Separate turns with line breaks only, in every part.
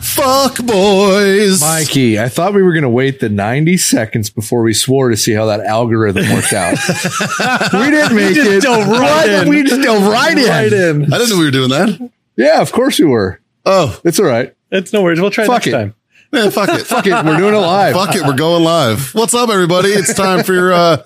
Fuck boys.
Mikey, I thought we were going to wait the 90 seconds before we swore to see how that algorithm worked out. we didn't make
just
it.
dove right
What?
in.
We just dove right in. Right in.
I didn't know we were doing that.
Yeah, of course we were.
Oh,
It's all right.
That's no worries. We'll try
Fuck
next
it.
time.
man, fuck it.
Fuck it. We're doing it live.
Fuck it, we're going live. What's up, everybody? It's time for your. Uh,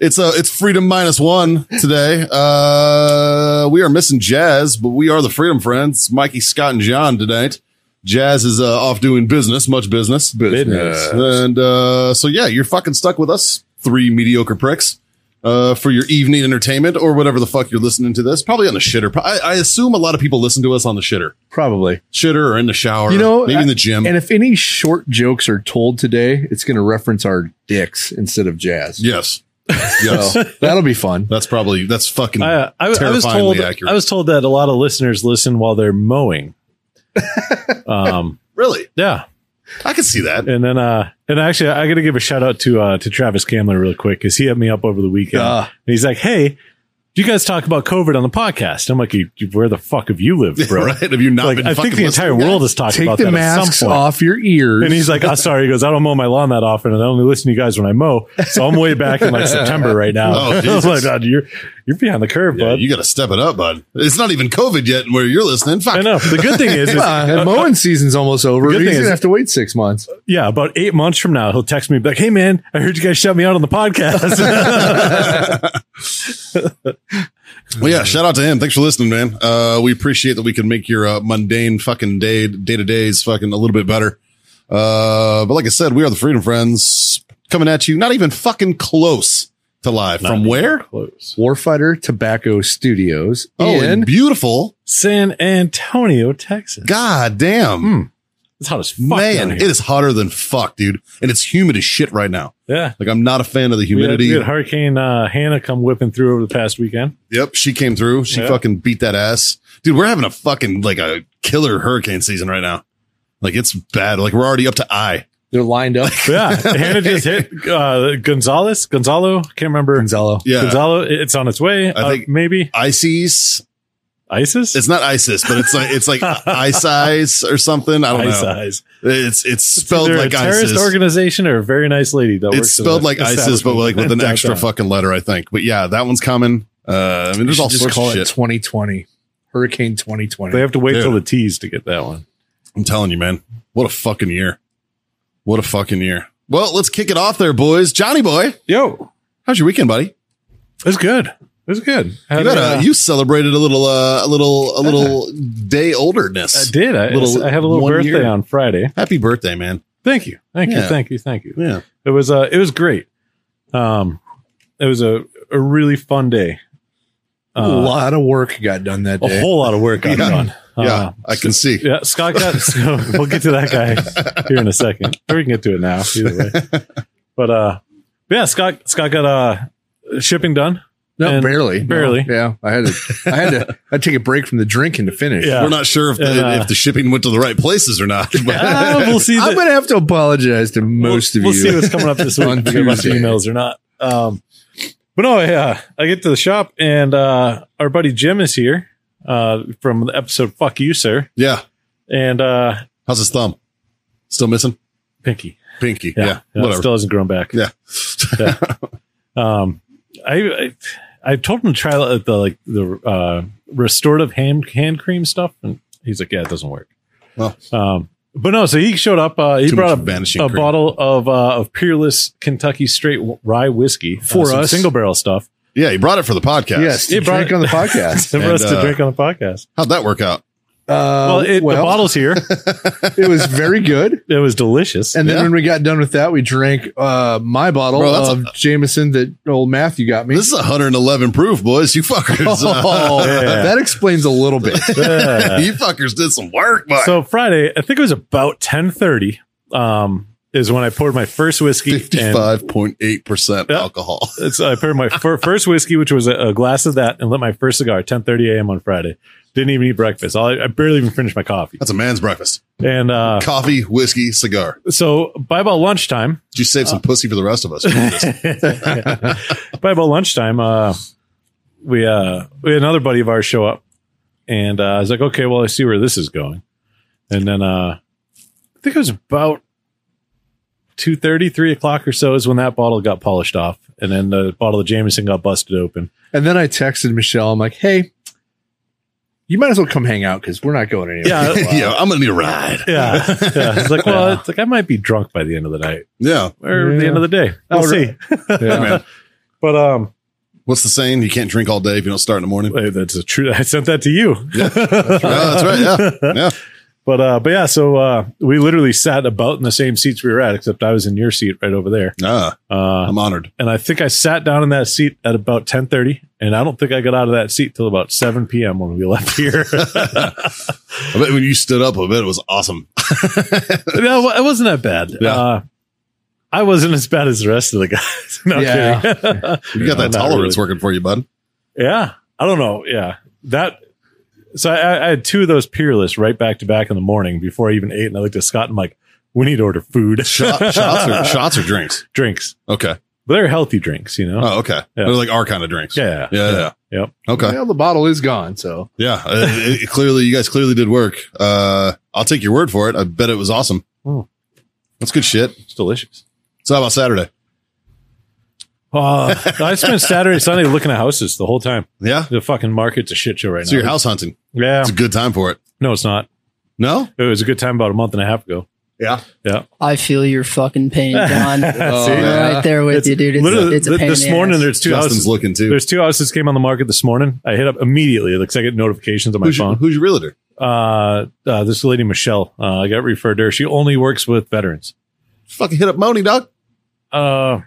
it's uh, it's freedom minus one today. Uh, we are missing Jazz, but we are the Freedom Friends, Mikey, Scott, and John tonight. Jazz is uh, off doing business, much business,
Business.
and uh, so yeah, you're fucking stuck with us three mediocre pricks uh, for your evening entertainment or whatever the fuck you're listening to this. Probably on the shitter. I, I assume a lot of people listen to us on the shitter,
Probably.
shitter or in the shower,
You know,
maybe in
I-
the gym.
And if any short jokes are told today, it's going to reference our dicks instead of jazz.
yes, yes.
So that'll be fun.
That's probably that's fucking
I, I, I was
terrifyingly
told.
accurate.
I was told that a lot of listeners listen while they're mowing. um.
really,
Yeah.
I can see that.
And then, uh, and actually, I got to give a shout out to uh, to Travis Camler real quick because he hit me up over the weekend.
Ah.
and he's like, "Hey, you guys talk about COVID on the podcast?" I'm like, you, you- "Where the fuck have you lived, bro?"
right? Have you not
Like,
been
I
fucking
think the entire
listening?
world has talked
Take
about
the
that at
masks
some point.
off your ears.
And he's like, "I'm sorry." He goes, "I don't mow my lawn that often, and I only listen to you guys when I mow." So I'm way back in like September right now.
Oh,
I'm
Jesus.
like, "God, you're you're behind the curve,
Yeah,
bud."
you got to step it up, bud. It's not even COVID yet where you're listening. Fuck.
I know. The good thing is, is-
Yeah, and mowing season's almost over.
The good
He's
thing
going
is-
to have to wait six months.
yeah, about eight months from now, he'll text me be like, "Hey, man, I heard you guys shut me out on the podcast."
Well, yeah, shout out to him. Thanks for listening, man. Uh, we appreciate that we can make your uh, mundane fucking day day to days fucking a little bit better. Uh, but like I said, we are the Freedom Friends coming at you. Not even fucking close to live. From where?
Close.
Warfighter Tobacco Studios
Oh,
in
in beautiful.
San Antonio, Texas.
God damn.
It's hot as Hmm, fuck.
Man,
down
it
here.
is hotter than fuck, dude. And it's humid as shit right now.
yeah.
Like I'm not a fan of the
We had,
humidity.
we had Hurricane uh, Hannah come whipping through over the past weekend.
Yep, she came through. She
Yeah.
fucking beat that ass, dude. We're having a fucking like a killer hurricane season right now. Like it's bad. Like we're already up to I.
They're lined up.
Yeah, Hannah just hit uh, Gonzalez. Gonzalo, can't remember.
Gonzalo.
Yeah,
Gonzalo, it's on its way. uh,
think-
maybe
ICES.
ISIS.
It's not ISIS, but it's like it's like ice eyes or something. I don't know.
ISIS.
It's it's spelled
They're
like
a terrorist
ISIS.
organization or a very nice lady that
It's
works in
spelled
the
like ISIS, but like with an
establishment
extra
downtown.
fucking letter, I think. But yeah, that one's coming. Uh, I mean,
You
there's all
should just
sorts
call
of
it
shit.
2020 Hurricane
They
2020.
have to wait
Dude.
till the T's to get that one.
I'm telling you, man. What a fucking year. What a fucking year. Well, let's kick it off there, boys. Johnny boy,
Yo,
how's your weekend, buddy?
it's good. It's good.
You,
Had,
got a-
uh,
you celebrated a little, uh, a little, a little day
I
olderness.
did. I,
little-
I had a little
one
birthday
year.
on Friday.
Happy birthday, man!
Thank you. Thank
Yeah.
you. Thank you. Thank you.
Yeah,
It was uh it was great. Um it was a, a really fun day.
a
Uh,
lot of work got done that
a
day.
whole lot of work got
Yeah.
done.
yeah, I can see.
Uh, Yeah, Scott got. so we'll get to that guy here in a second, or we can get to it now. Either way, but uh, yeah, Scott. Scott got uh shipping done.
no,
and-
barely. No,
barely.
yeah. I had to, I had to, I take a break from the drinking to finish.
Yeah.
We're not sure if the,
And, uh,
if the shipping went to the right places or not. But
Uh, we'll see.
I'm
that-
going to have to apologize to most
we'll,
of you.
We'll see what's coming up this week.
On
if we get a bunch of
Tuesday.
emails or not. Um, but no, yeah, I get to the shop and uh, our buddy Jim is here uh, from the episode "Fuck You, Sir,"
yeah,
and uh,
how's his thumb? Still missing
Pinky.
pinky?
Yeah,
Yeah,
yeah,
whatever.
still hasn't grown back.
yeah,
Um, I, I I told him to try the, the like the uh, restorative hand hand cream stuff, and he's like, "Yeah, it doesn't work."
Well.
um, but no. So he showed up. Uh, he
Too
brought
much
a,
vanishing
a
cream.
bottle of uh, of Peerless Kentucky Straight Rye whiskey uh,
For
some
us.
single barrel stuff
yeah. He brought it for the podcast.
Yes, to
Yeah, Brian-
drink on the podcast.
for
And,
us to
uh,
drink on the podcast.
How'd that work out?
Uh,
well, it, the bottle's here.
it was very good.
it was delicious.
And then
Yeah.
when we got done with that, we drank uh, my bottle
Bro, that's
of Jameson that old Matthew got me.
This is 111 proof, boys. You fuckers. uh,
Oh,
Yeah.
that explains a little bit.
Yeah.
you fuckers did some work, but
so Friday, I think it was about ten thirty. Um, is when I poured my first whiskey. and-
55.8%
Yeah.
alcohol.
It's, I poured my fir- first whiskey, which was a, a glass of that, and lit my first cigar at 10:30 a.m. on Friday. Didn't even eat breakfast. I, I barely even finished my coffee.
That's a man's breakfast.
And uh,
Coffee, whiskey, cigar.
so by about lunchtime,
Did you save
Uh,
some pussy for the rest of us?
by about lunchtime, uh, we uh, we had another buddy of ours show up, and uh, I was like, okay, well, I see where this is going. And then uh, I think it was about 2.30, 3 o'clock or so is when that bottle got polished off. And then the bottle of Jameson got busted open.
And then I texted Michelle. I'm like, hey, you might as well come hang out because we're not going anywhere.
Yeah,
yeah, I'm going to need a ride.
Yeah. yeah. It's like, well, it's like I might be drunk by the end of the night
Yeah.
or the
Yeah.
end of the day. We'll
Oh,
see.
really?
Hey, man.
But um,
What's the saying? You can't drink all day if you don't start in the morning.
wait, that's a true. I sent that to you.
Oh, that's right. Yeah. Yeah.
But uh, but yeah. So uh, we literally sat about in the same seats we were at, except I was in your seat right over there.
Ah,
Uh,
I'm honored.
and I think I sat down in that seat at about ten thirty, and I don't think I got out of that seat till about seven p.m. when we left here.
I bet when you stood up, I bet it was awesome.
no, it wasn't that bad.
Yeah.
Uh, I wasn't as bad as the rest of the guys. no
Yeah.
kidding.
You got
No,
that
not
tolerance
really.
working for you, bud.
Yeah. I don't know. Yeah. That. So I, I had two of those peerless right back to back in the morning before I even ate. And I looked at Scott and I'm like, we need to order food.
Shot, Uh, shots, or, shots or drinks?
drinks.
Okay.
But they're healthy drinks, you know?
Oh, okay. They're like our kind of drinks.
yeah.
Yeah. yeah.
Yep.
Okay.
Well, the bottle is gone. So
Yeah. Uh, it- it clearly, you guys clearly did work. Uh, I'll take your word for it. I bet it was awesome.
Hmm.
That's good shit.
It's delicious.
So, how about Saturday?
Oh,
Uh, I spent Saturday, Sunday looking at houses the whole time.
Yeah.
The fucking market's a shit show right
So,
now.
you're house hunting.
Yeah.
It's a good time for it.
No, it's not.
No?
It was a good time about a month and a half ago.
Yeah.
Yeah.
I feel your fucking pain, John.
Oh,
Uh,
I'm
yeah.
right there with
It's
you, dude. It's,
literally,
it's a
th-
pain
this
in the
morning,
ass.
there's two
Justin's
houses.
looking too.
There's two houses came on the market this morning. I hit up immediately. It looks like I get notifications on my
who's,
phone.
your, who's your realtor?
uh, uh, this lady Michelle. Uh, I got referred to her. She only works with veterans.
Fucking hit up Moni, dog.
Uh,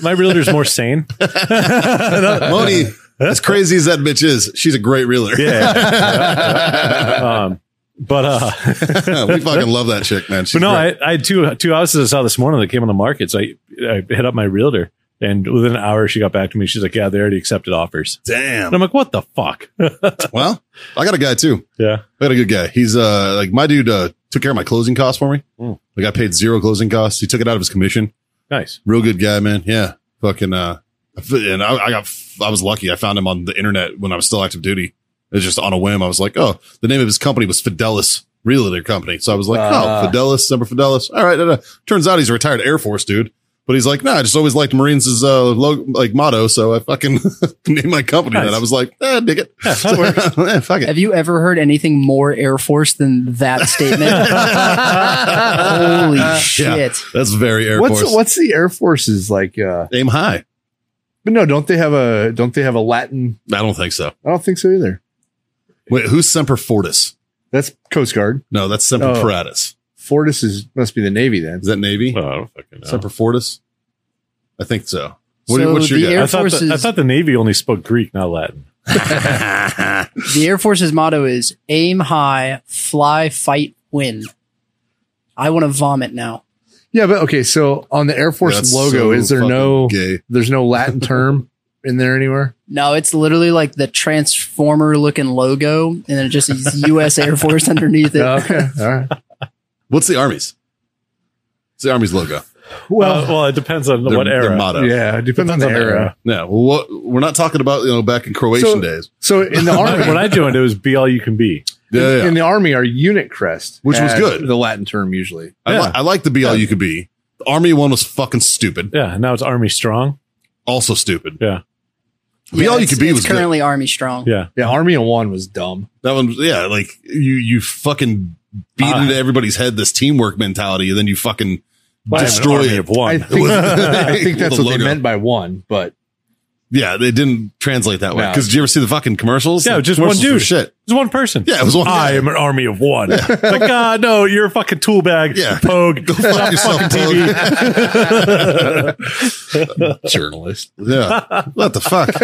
my realtor's more sane. Uh,
Moni, as crazy as that bitch is, she's a great realtor.
Yeah. Um, but uh,
we fucking love that chick, man. She's
but no,
great.
I, I had two two houses I saw this morning that came on the market. So I, I hit up my realtor, and within an hour she got back to me. She's like, "Yeah, they already accepted offers."
damn.
And I'm like, "What the fuck?"
Well, I got a guy too.
yeah,
I got a good guy. He's uh like my dude uh took care of my closing costs for me.
Mm.
Like I paid zero closing costs. He took it out of his commission.
nice.
Real good guy, man. Yeah. Fucking uh I f- and I, I got I was lucky. I found him on the internet when I was still active duty. It's just on a whim. I was like, oh, the name of his company was Fidelis Realtor Company. So I was like, oh,
Ah.
Fidelis, number Fidelis. All right. da, da. Turns out he's a retired Air Force dude. But he's like, nah, I just always liked Marines' uh, lo- like motto, so I fucking named my company
Nice.
that. I was like, eh, dig it.
Yeah, that works.
Eh, fuck it.
Have you ever heard anything more Air Force than that statement? Holy shit.
That's very Air
what's
Force.
what's the Air Force's like? Uh,
Aim high.
but no, don't they have a don't they have a Latin?
I don't think so.
I don't think so either.
Wait, who's Semper Fortis?
That's Coast Guard.
No, that's Semper
Oh.
Paratus.
Fortis is must be the Navy then.
Is that Navy?
Well, I don't fucking know.
Semper Fortis? I think so. What,
So
what's your
the
guess?
Air
I thought,
Force
the, I
is-
thought the Navy only spoke Greek, not Latin.
The Air Force's motto is aim high, fly, fight, win. I want to vomit now.
Yeah, but okay. So on the Air Force
That's
logo,
so
is there
fucking
no
gay?
there's no Latin term in there anywhere?
No, it's literally like the transformer looking logo, and then it just is U.S. Air Force underneath it.
Oh, okay, all right.
What's the Army's? It's the Army's logo.
Well,
Well,
Uh, well, it depends on
Their-
what
their
era.
motto.
yeah, it depends on the era.
Yeah. Well, what, we're not talking about you know back in Croatian
So-
days.
So in the army,
when I joined, it was "Be all you can be."
Yeah. yeah.
in the army, our unit crest,
Which was
had
good.
the Latin term usually.
I, li-
yeah.
I like the be all you could be. The Army one was fucking stupid.
Yeah, and now it's Army Strong.
Also stupid.
Yeah,
Be all you
it's-
could be
it's
was good.
currently Army strong.
yeah.
Yeah, army and one was dumb.
That one, yeah, like you you fucking beat
Ah.
into everybody's head this teamwork mentality, and then you fucking
By an
destroy
army
it.
of one.
I think, I think that's
With a
what they
logo.
meant by one, but
yeah, they didn't translate that way.
No.
Because did you ever see the fucking commercials?
Yeah,
The
just one
commercials were
dude.
Shit.
It's one person.
Yeah, it was one
I
guy.
am an army of one. like, ah, no, you're a fucking tool bag.
Yeah.
Pogue.
Go fuck yourself, TV.
journalist.
yeah, what the fuck?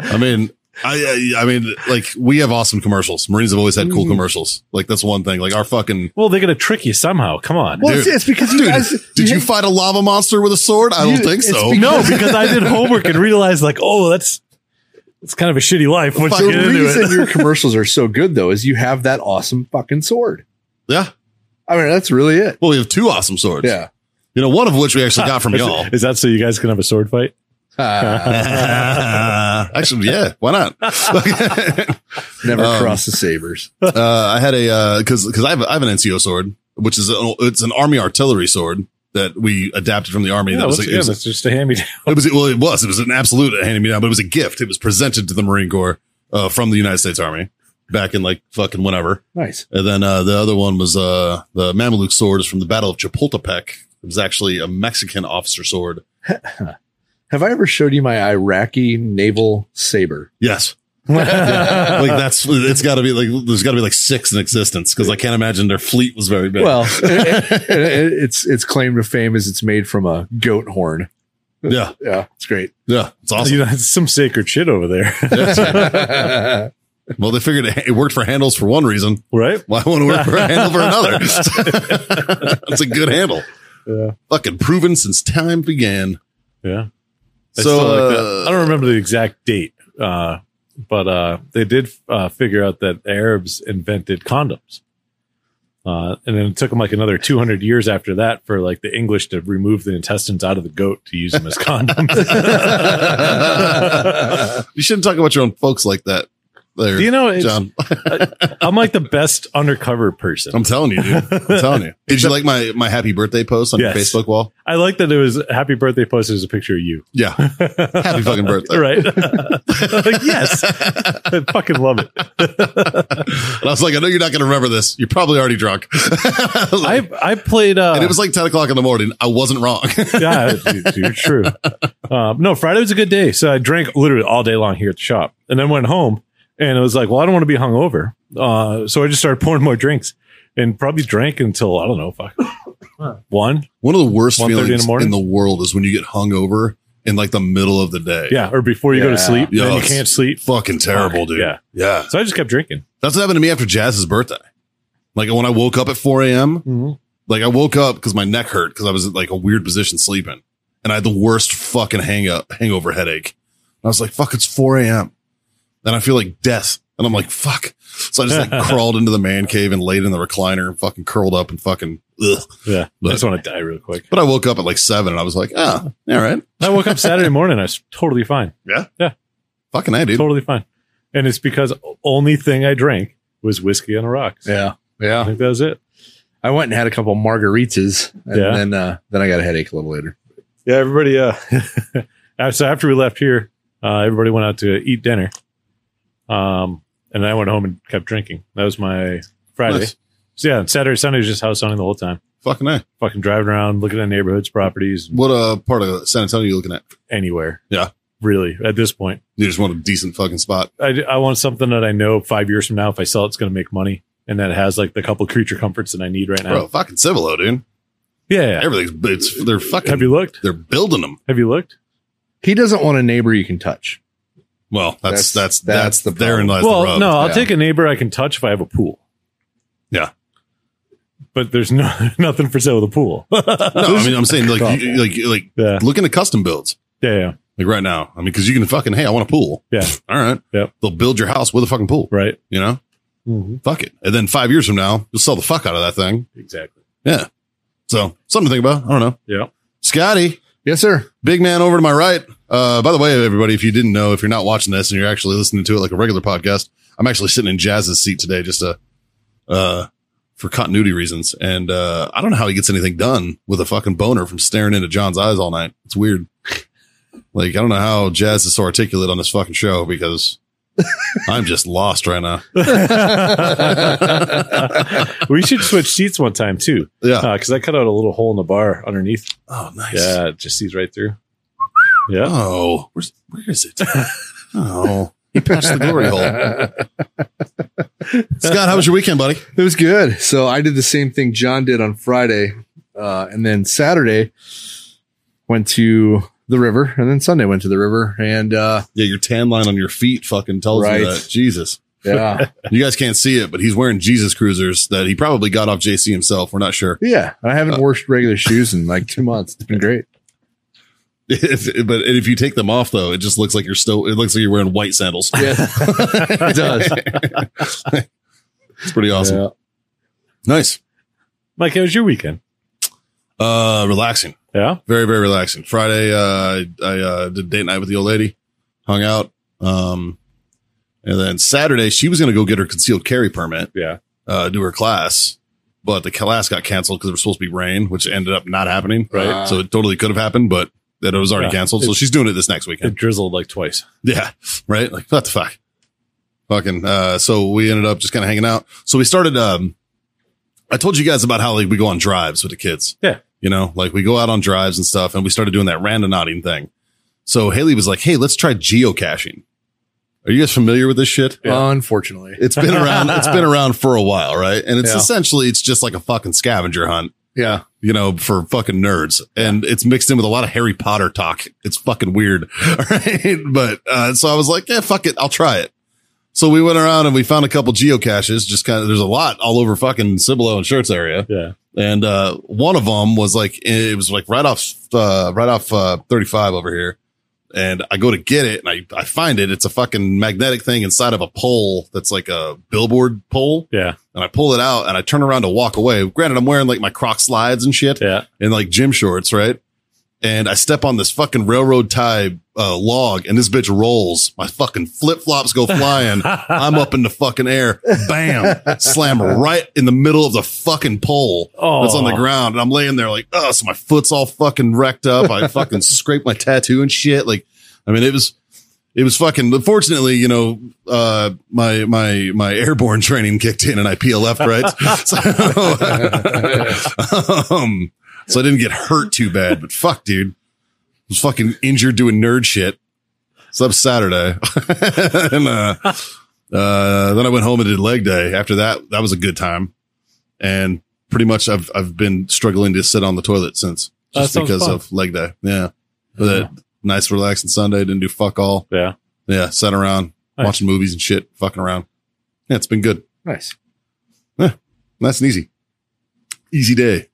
I mean, I, I I mean, like we have awesome commercials. Marines have always had cool
Mm.
Mhm.
commercials. Like that's one thing. Like our fucking.
Well, they're gonna trick you somehow. Come on.
Well, it's,
Dude.
it's because you
Dude,
guys.
did you
hate-
fight a lava monster with a sword? I don't
You-
think
it's
so.
because-
no, because I did homework and realized like, oh, that's it's kind of a shitty life once
Fuck,
you
the
get into
reason
it.
your commercials are so good though is you have that awesome fucking sword.
yeah.
I mean, that's really it.
Well, we have two awesome swords.
Yeah.
You know, one of which we actually got from
Is-
y'all.
Is that so you guys can have a sword fight?
Ah,
Actually, yeah. Why not? uh,
never
Um,
cross the sabers.
I had a because because I have I have an NCO sword, which is an, it's an army artillery sword that we adapted from the army.
Yeah,
that was
once
like, it
again,
was
that's just a hand me down.
It was well, it was it was an absolute handing me down, but it was a gift. It was presented to the Marine Corps uh, from the United States Army back in like fucking whenever.
Nice.
And then uh, the other one was uh, the Mameluke sword is from the Battle of Chapultepec. It was actually a Mexican officer sword.
Have I ever showed you my Iraqi naval saber?
Yes, like that's it's got to be like there's got to be like six in existence because I can't imagine their fleet was very big.
Well, it- it- it's its claim to fame is it's made from a goat horn.
yeah,
Yeah, it's great.
yeah, it's awesome.
You know, it's some sacred shit over there,
Well, they figured it, it worked for handles for one reason.
right?
Why wouldn't it work for a handle for another? That's a good handle.
Yeah,
Fucking proven since time began.
yeah.
So,
I still like that.
uh,
I don't remember the exact date, uh, but uh, they did uh, figure out that Arabs invented condoms, uh, and then it took them like another 200 years after that for like the English to remove the intestines out of the goat to use them as condoms.
uh, you shouldn't talk about your own folks like that. There,
Do you know? It's,
John. Um,
I'm like the best undercover person.
I'm telling you, dude. I'm telling you. Did you like my my happy birthday post on
Yes.
your Facebook wall?
I like that it was happy birthday posted as a picture of you.
Yeah, happy fucking birthday.
right? like, yes, I fucking love it.
And I was like, I know you're not going to remember this. You're probably already drunk.
I I played. Uh,
and it was like 10 o'clock in the morning. I wasn't wrong.
yeah, dude, dude, true. Um, no, Friday was a good day, so I drank literally all day long here at the shop, and then went home, and it was like, well, I don't want to be hungover, uh, so I just started pouring more drinks, and probably drank until I don't know, fuck, one,
One of the worst
1:30 in the
feelings in the,
morning?
world is when you get hungover in like the middle of the day.
yeah, or before you go
Yeah.
to sleep,
Yeah,
then you
it's-
can't sleep.
Fucking terrible, dude.
Yeah.
Yeah.
So I just kept drinking.
That's what happened to me after Jazz's birthday. Like when I woke up at 4 a.m., like I woke up because my neck hurt because I was in like a weird position sleeping, and I had the worst fucking hang up hangover headache. And I was like, "Fuck, it's four a.m." and I feel like death, and I'm like, "Fuck." So I just like crawled into the man cave and laid in the recliner and fucking curled up and fucking. Ugh.
Yeah,
But-
I just want to die real quick.
But I woke up at like seven, and I was like, "Ah, all right,
I woke up Saturday morning. I was totally fine.
fucking I, dude."
Totally fine. And it's because only thing I drank was whiskey on the rocks.
yeah,
I
yeah.
think that was it.
I went and had a couple margaritas, and
Yeah.
then uh, then I got a headache a little later.
Yeah, everybody. Uh, uh, so after we left here, uh, everybody went out to eat dinner, um, and I went home and kept drinking. That was my Friday.
Nice.
So yeah, Saturday, Sunday was just house hunting the whole time.
Fucking I.
Fucking driving around, looking at neighborhoods, properties,
What uh part of San Antonio you looking at?
anywhere.
Yeah.
really. At this point,
You just want a decent fucking spot.
I, I want something that I know five years from now, if I sell, it, it's going to make money, and that has like the couple creature comforts that I need right now.
Bro, fucking Cibolo, dude.
Yeah, yeah.
Everything's it's, they're fucking
Have you looked?
they're building them.
Have you looked?
He doesn't want a neighbor you can touch.
Well, that's that's that's,
That's- that's the
therein
problem.
lies the
well,
rub.
no, I'll
Yeah.
take a neighbor I can touch if I have a pool.
Yeah.
But there's no nothing for sale with a pool. yeah,
No, I mean, I'm saying like, you, like, like
yeah,
looking at custom builds
yeah,
like right now. I mean, because you can fucking, hey, I want a pool.
Yeah.
All right.
Yep.
They'll build your house with a fucking pool.
right.
You know, fuck it. And then five years from now, you'll sell the fuck out of that thing.
Exactly.
Yeah. So something to think about. I don't know.
Yeah.
Scotty,
Yes, sir.
big man over to my right. Uh, by the way, everybody, if you didn't know, if you're not watching this and you're actually listening to it like a regular podcast, I'm actually sitting in Jazz's seat today just to, uh, for continuity reasons. And, uh, I don't know how he gets anything done with a fucking boner from staring into John's eyes all night. It's weird. Like, I don't know how Jazz is so articulate on this fucking show because I'm just lost right now.
we should switch seats one time too,
Yeah.
because I cut out a little hole in the bar underneath.
Oh, nice.
Yeah, it just sees right through. Yeah.
Oh, where's, where is it? Oh, he patched the glory hole. Scott, how was your weekend, buddy?
It was good. So I did the same thing John did on Friday, uh, and then Saturday went to the river, and then Sunday went to the river, and uh,
Yeah, your tan line on your feet fucking tells
Right.
you that. Jesus.
yeah,
You guys can't see it, but he's wearing Jesus cruisers that he probably got off JC himself. We're not sure.
yeah. I haven't worn regular shoes in like two months. It's been great.
If, but if you take them off though, it just looks like you're still it looks like you're wearing white sandals.
Yeah, it does.
It's pretty awesome.
Yeah.
Nice.
Mike, how was your weekend?
Uh relaxing.
Yeah.
Very, very relaxing. Friday, uh I, I uh did date night with the old lady, hung out. Um and then Saturday she was gonna go get her concealed carry permit.
Yeah.
uh, do her class, but the class got canceled because it was supposed to be rain, which ended up not happening.
Right.
Uh,
so it totally could have happened, but that it was already
Yeah.
canceled. So
It-
she's doing it this next weekend.
It drizzled like twice.
yeah. Right. Like what the fuck? Fucking. Uh, so we ended up just kind of hanging out. So we started. Um, I told you guys about how like we go on drives with the kids.
Yeah.
You know, like we go out on drives and stuff, and we started doing that randonauting thing. So Haley was like, "Hey, let's try geocaching." Are you guys familiar with this shit?
Unfortunately,
It's been around. it's been around for a while, right? And it's
Yeah.
essentially it's just like a fucking scavenger hunt,
yeah,
you know, for fucking nerds. And it's mixed in with a lot of Harry Potter talk. It's fucking weird, right? But uh, so I was like, yeah, fuck it, I'll try it. So we went around and we found a couple geocaches. Just kind of, there's a lot all over fucking Cibolo and Shirts area,
Yeah.
and uh, one of them was like it was like right off uh, right off uh, 35 over here. And I go to get it and I, I find it. It's a fucking magnetic thing inside of a pole that's like a billboard pole
Yeah.
and I pull it out and I turn around to walk away. Granted, I'm wearing like my Croc slides and shit
Yeah.
and like gym shorts, right? And I step on this fucking railroad tie uh, log and this bitch rolls. My fucking flip flops go flying. I'm up in the fucking air. Bam. Slam right in the middle of the fucking pole
Oh.
that's on the ground. And I'm laying there like, oh, so my foot's all fucking wrecked up. I fucking scraped my tattoo and shit. Like, I mean, it was, it was fucking, but fortunately, you know, uh, my, my, my airborne training kicked in and I PLF, right? So, um, so I didn't get hurt too bad, but fuck, dude, I was fucking injured doing nerd shit. So that was Saturday. and, uh, uh, then I went home and did leg day. After that, that was a good time. And pretty much I've, I've been struggling to sit on the toilet since
That
just
sounds
because
fun.
of leg day. Yeah. But that nice relaxing Sunday. Didn't do fuck all.
Yeah.
Yeah. Sat around
Nice.
watching movies and shit, fucking around. Yeah. It's been good.
nice.
Nice and easy. Easy day.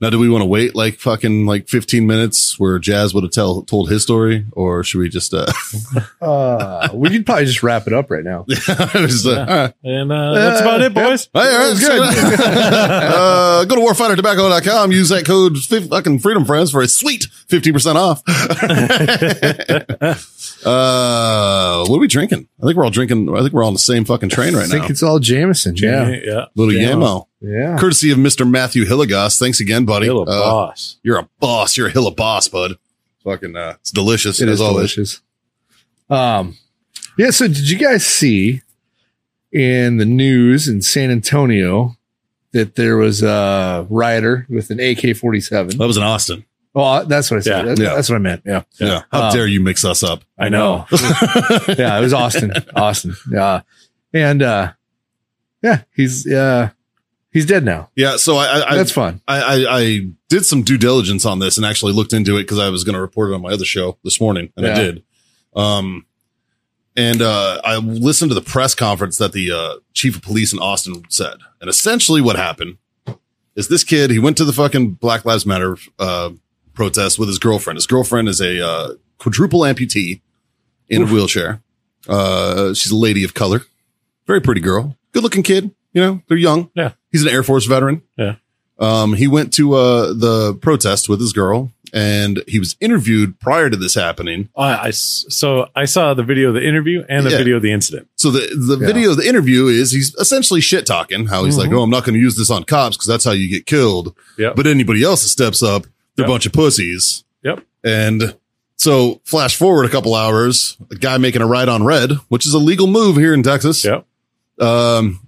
Now, do we want to wait like fucking like 15 minutes where Jazz would have tell, told his story or should we just, uh,
Uh, we could probably just wrap it up right now.
just, uh, all right.
And uh, that's about it, boys.
Hey, all right, that's good. uh, go to warfightertobacco.com. Use that code fif- uh, fucking freedom friends for a sweet 50% off. uh, what are we drinking? I think we're all drinking. I think we're all on the same fucking train
I
right
think
now.
it's all Jamison. Yeah,
Yeah.
Little
Damn.
Yamo.
yeah.
Courtesy of Mr. Matthew Hilligoss. Thanks again, buddy.
Little
Uh,
boss.
you're a boss. You're a hill of boss, bud. Fucking, uh, it's delicious
It
as
is
always.
delicious. Um, yeah. So, did you guys see in the news in San Antonio that there was a rioter with an AK forty seven?
That was in Austin.
Oh, that's what I said.
Yeah.
That-
Yeah.
That's what I meant. Yeah.
Yeah. How
Uh,
dare you mix us up?
I know.
yeah, it was Austin. Austin. Yeah. And uh yeah, he's uh he's dead now.
Yeah. So I, I, I
That's fun.
I, I, I did some due diligence on this and actually looked into it because I was going to report it on my other show this morning, and I
Yeah.
did. Um, and uh, I listened to the press conference that the uh, chief of police in Austin said, and essentially what happened is this kid he went to the fucking Black Lives Matter uh, protest with his girlfriend. His girlfriend is a uh, quadruple amputee in a wheelchair. Uh, she's a lady of color, very pretty girl, good looking kid. You know, they're young.
Yeah.
he's an Air Force veteran. Um, he went to uh, the protest with his girl, and he was interviewed prior to this happening.
I I s so I saw the video of the interview and the
Yeah.
video of the incident.
So the the
Yeah.
video of the interview is he's essentially shit talking how he's like, oh, I'm not going to use this on cops because that's how you get killed.
Yep.
But anybody else that steps up, they're
Yep.
a bunch of pussies.
Yep.
And so flash forward a couple hours, a guy making a ride on red, which is a legal move here in Texas.
Yep.
um,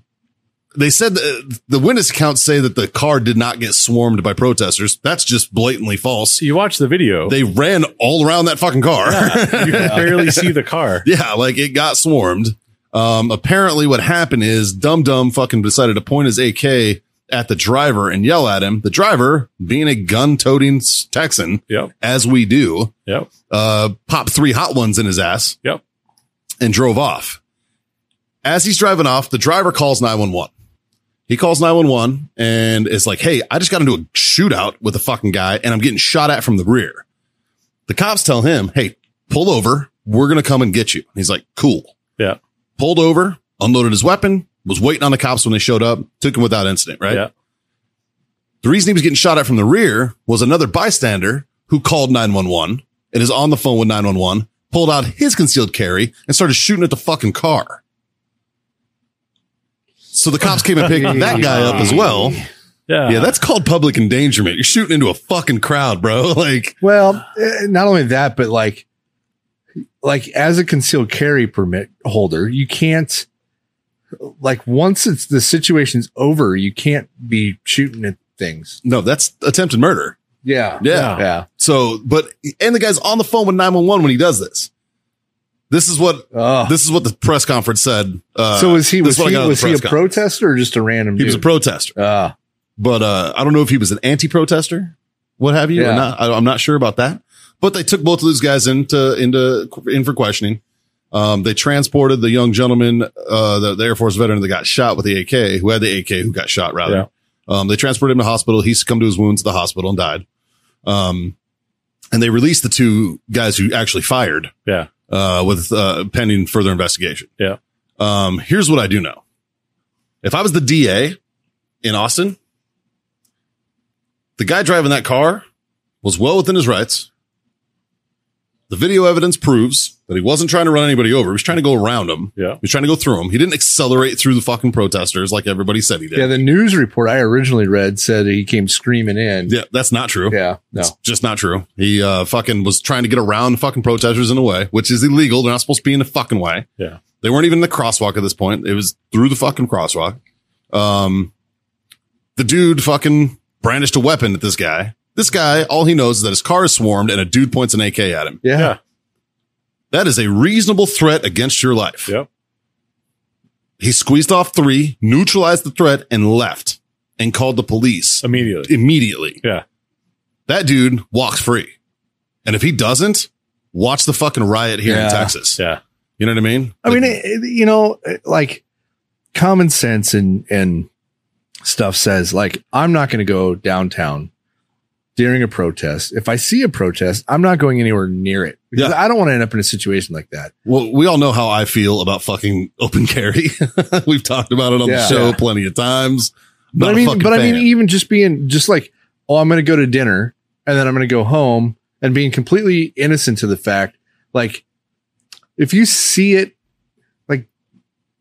they said that uh, the witness accounts say that the car did not get swarmed by protesters. That's just blatantly false.
You watch the video.
They ran all around that fucking car. Yeah,
you can barely see the car.
like it got swarmed. Um, apparently what happened is Dum Dum fucking decided to point his AK at the driver and yell at him. The driver, being a gun toting Texan,
Yep.
as we do,
Yep.
uh, popped three hot ones in his ass
Yep.
and drove off. As he's driving off, the driver calls 911. He calls 911 and is like, Hey, I just got into a shootout with a fucking guy and I'm getting shot at from the rear. The cops tell him, Hey, pull over. We're going to come and get you. And he's like, Cool.
Yeah.
Pulled over, unloaded his weapon, was waiting on the cops when they showed up, took him without incident, right?
Yeah.
The reason he was getting shot at from the rear was another bystander who called 911 and is on the phone with 911, pulled out his concealed carry and started shooting at the fucking car. So the cops came and picked that guy up as well.
Yeah.
Yeah, that's called public endangerment. You're shooting into a fucking crowd, bro. Like,
Well, eh, not only that, but like, like as a concealed carry permit holder, you can't. Like once it's the situation's over, you can't be shooting at things.
no, that's attempted murder.
Yeah,
Yeah.
yeah.
So, but and the guy's on the phone with 911 when he does this. This is what
Oh.
this is what the press conference said. Uh,
so was he
this is
was
what I
he
got out of
was
the
he a
press conference.
protester or just a random?
He was a
dude?
protester.
Ah,
but uh, I don't know if he was an anti-protester, what have you. or
Yeah.
not. I, I'm not sure about that. But they took both of those guys into into in for questioning. Um, they transported the young gentleman, uh, the, the Air Force veteran that got shot with the AK, who had the AK, who got shot rather.
Yeah.
Um, they transported him to hospital. He succumbed to his wounds at the hospital and died. Um, and they released the two guys who actually fired.
Yeah.
Uh, with uh, pending further investigation.
Yeah.
Um, here's what I do know. If I was the DA in Austin, the guy driving that car was well within his rights. The video evidence proves that he wasn't trying to run anybody over. He was trying to go around him.
Yeah.
He was trying to go through them. He didn't accelerate through the fucking protesters like everybody said he did.
yeah.
Yeah,
The news report I originally read said he came screaming in.
that's not true.
yeah no.
It's just not true. He uh, fucking was trying to get around fucking protesters in a way, which is illegal. They're not supposed to be in the fucking way.
Yeah.
They weren't even in the crosswalk at this point. It was through the fucking crosswalk. Um, the dude fucking brandished a weapon at this guy. This guy, all he knows is that his car is swarmed and a dude points an AK at him.
Yeah.
Yeah.
That is a reasonable threat against your life.
Yep.
He squeezed off three, neutralized the threat, and left and called the police
Immediately.
immediately.
Yeah.
That dude walks free. And if he doesn't, watch the fucking riot here
Yeah.
in Texas.
Yeah.
You know what I mean?
I mean, it, it- you know, it- like common sense and and stuff says like I'm not going to go downtown during a protest. If I see a protest, I'm not going anywhere near it because I don't want to end up in a situation like that.
well, we all know how I feel about fucking open carry. We've talked about it on
Yeah.
the show
Yeah.
plenty of times.
But
Not
I
a
mean,
fucking
but I
fan.
mean, even just being just like, oh, I'm going to go to dinner and then I'm going to go home and being completely innocent to the fact, like, if you see it, like,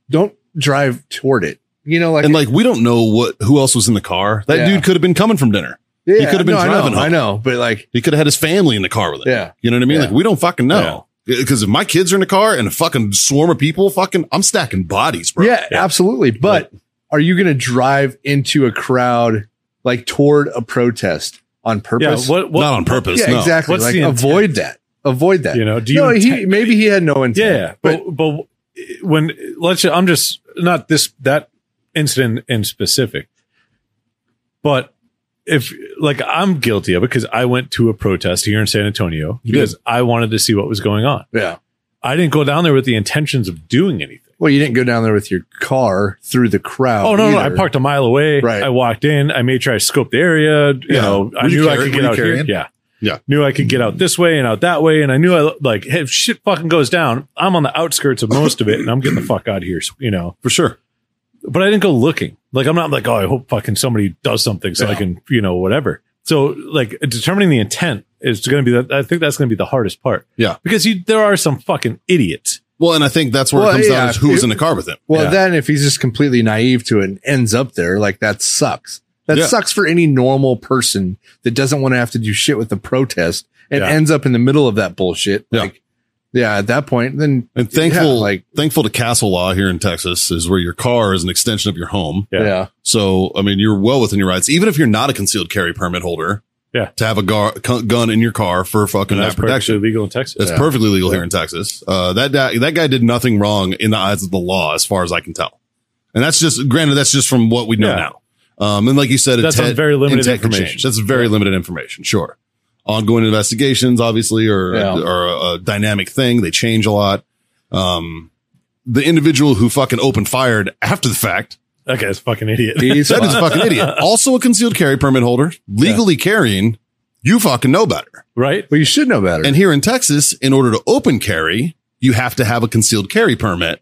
don't drive toward it. You know, like,
and like we don't know what who else was in the car. That
Yeah.
dude could have been coming from dinner.
yeah,
could have been
no, I
driving
know,
home.
I know, but like,
He could have had his family in the car with him.
yeah.
You know what I mean?
Yeah.
Like we don't fucking know. Because if my kids are in the car and a fucking swarm of people, fucking, I'm stacking bodies, bro.
Yeah,
Yeah.
absolutely. But are you going to drive into a crowd like toward a protest on
Yeah.
purpose?
What, what,
Not on purpose.
yeah,
no.
exactly.
What's
like
the intent?
avoid that. Avoid that.
you know, do you,
no,
intend-
he maybe he had no intent.
yeah,
but
but, but when let's I'm just not this that incident in specific, but if like I'm guilty of it because I went to a protest here in San Antonio
did.
because I wanted to see what was going on.
yeah.
I didn't go down there with the intentions of doing anything.
Well, you didn't go down there with your car through the crowd.
Oh, no, no, I
either.
parked a mile away.
Right.
I walked in. I made sure I scoped the area. You
Yeah.
know, I
Were you
knew I
carry- were
could get
you
out here.
carrying?
Yeah.
Yeah.
Knew I could get out this way and out that way. And I knew I like, hey, if shit fucking goes down, I'm on the outskirts of most of it and I'm getting the fuck out of here. So, you know,
For sure.
but I didn't go looking. Like I'm not like, oh, I hope fucking somebody does something so I can, you know, whatever. So like determining the intent is going to be that. I think that's going to be the hardest part.
Yeah.
because you there are some fucking idiots.
Well, and I think that's where
Well,
it comes down
yeah,
is who was
it-
in the car with him.
Well,
Yeah.
then if he's just completely naive to it and ends up there, like that sucks. That
Yeah.
sucks for any normal person that doesn't want to have to do shit with the protest and
Yeah.
ends up in the middle of that bullshit.
Yeah.
Like, yeah, at that point, then
And thankful,
Yeah, like-
thankful to castle law here in Texas is where your car is an extension of your home.
Yeah.
yeah.
So, I mean, you're well within your rights, even if you're not a concealed carry permit holder.
Yeah.
To have a gar- cu- gun in your car for fucking that
perfectly
protection.
legal in Texas.
That's
Yeah.
perfectly legal here in Texas. Uh, that guy, that guy did nothing wrong in the eyes of the law, as far as I can tell. And that's just granted. That's just from what we know
Yeah.
now. Um, and like you said,
That's on very limited
intent can change.
information.
That's very limited information. Sure. Ongoing investigations, obviously, are,
Yeah.
are a, a dynamic thing. They change a lot. Um, the individual who fucking opened fired after the fact,
That guy's a fucking idiot.
He's
that is a
fine.
fucking idiot. Also a concealed carry permit holder, legally carrying, you fucking know better.
right?
Well, you should know better.
And here in Texas, in order to open carry, you have to have a concealed carry permit.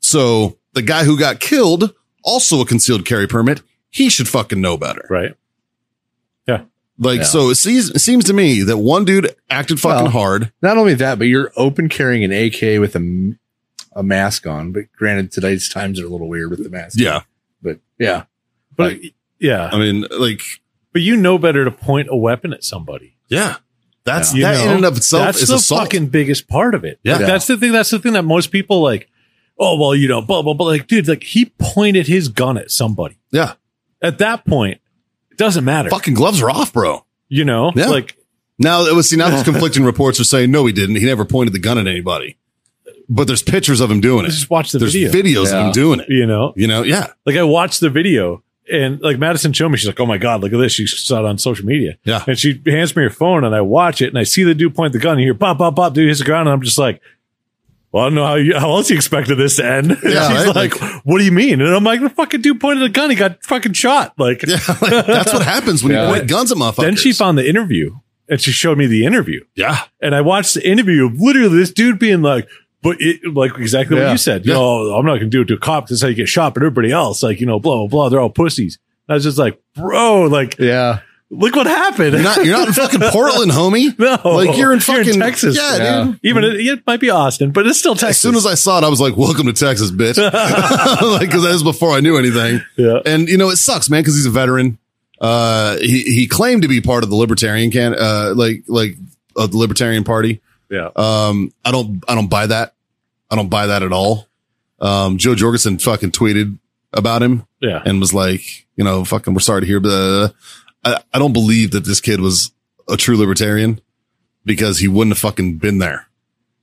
So the guy who got killed, also a concealed carry permit, he should fucking know better.
Right.
Like,
Yeah.
so it seems, it seems to me that one dude acted fucking
Well-
hard.
Not only that, but you're open carrying an AK with a, m- a mask on. But granted, today's times are a little weird with the mask.
Yeah.
But yeah,
But yeah.
I mean, like,
But you know better to point a weapon at somebody.
yeah, that's
You
that
know?
in and of itself
that's
is
the
assault.
fucking biggest part of it.
Yeah.
That's the thing. That's the thing that most people like, oh, well, you know, blah, blah, blah. Like, dude, like he pointed his gun at somebody.
yeah.
At that point, it doesn't matter.
Fucking gloves are off, bro.
You know,
Yeah.
like,
Now it was see now there's conflicting reports are saying no he didn't he never pointed the gun at anybody, but there's pictures of him doing it.
just watch the
there's
video.
videos of
Yeah.
him doing it.
you know,
You know, yeah,
like I watched the video and like Madison showed me, she's like, oh my God, look at this. She saw it on social media.
Yeah.
And she hands me her phone and I watch it and I see the dude point the gun and you hear bop, bop, bop, dude hits the ground. And I'm just like, well, I don't know how you, how else you expected this to end. And
Yeah,
she's
right?
like, what do you mean? And I'm like, the fucking dude pointed a gun. He got fucking shot. Like,
yeah. Like, that's what happens when
Yeah.
you point guns at motherfuckers.
then she found the interview and she showed me the interview
yeah,
and I watched the interview of literally this dude being like, but it, like exactly what
Yeah.
you said, you
Yeah.
know, I'm not going to do it to a cop. 'cause That's how you get shot. But everybody else, like, you know, blah, blah, blah. They're all pussies. And I was just like, bro, like,
yeah.
look what happened.
you're not you're not in fucking Portland, homie.
No.
like you're in fucking
Texas.
Yeah,
Yeah.
dude.
Even it might be Austin, but it's still Texas.
As soon as I saw it, I was like, "Welcome to Texas, bitch," like because that was before I knew anything.
yeah.
And you know, it sucks, man, because he's a veteran. Uh, he he claimed to be part of the libertarian can uh like like of the libertarian party.
Yeah.
Um, I don't, I don't buy that. I don't buy that at all. Um, Joe Jorgensen fucking tweeted about him
Yeah.
and was like, you know, fucking, we're sorry to hear, but uh, I, I don't believe that this kid was a true libertarian because he wouldn't have fucking been there.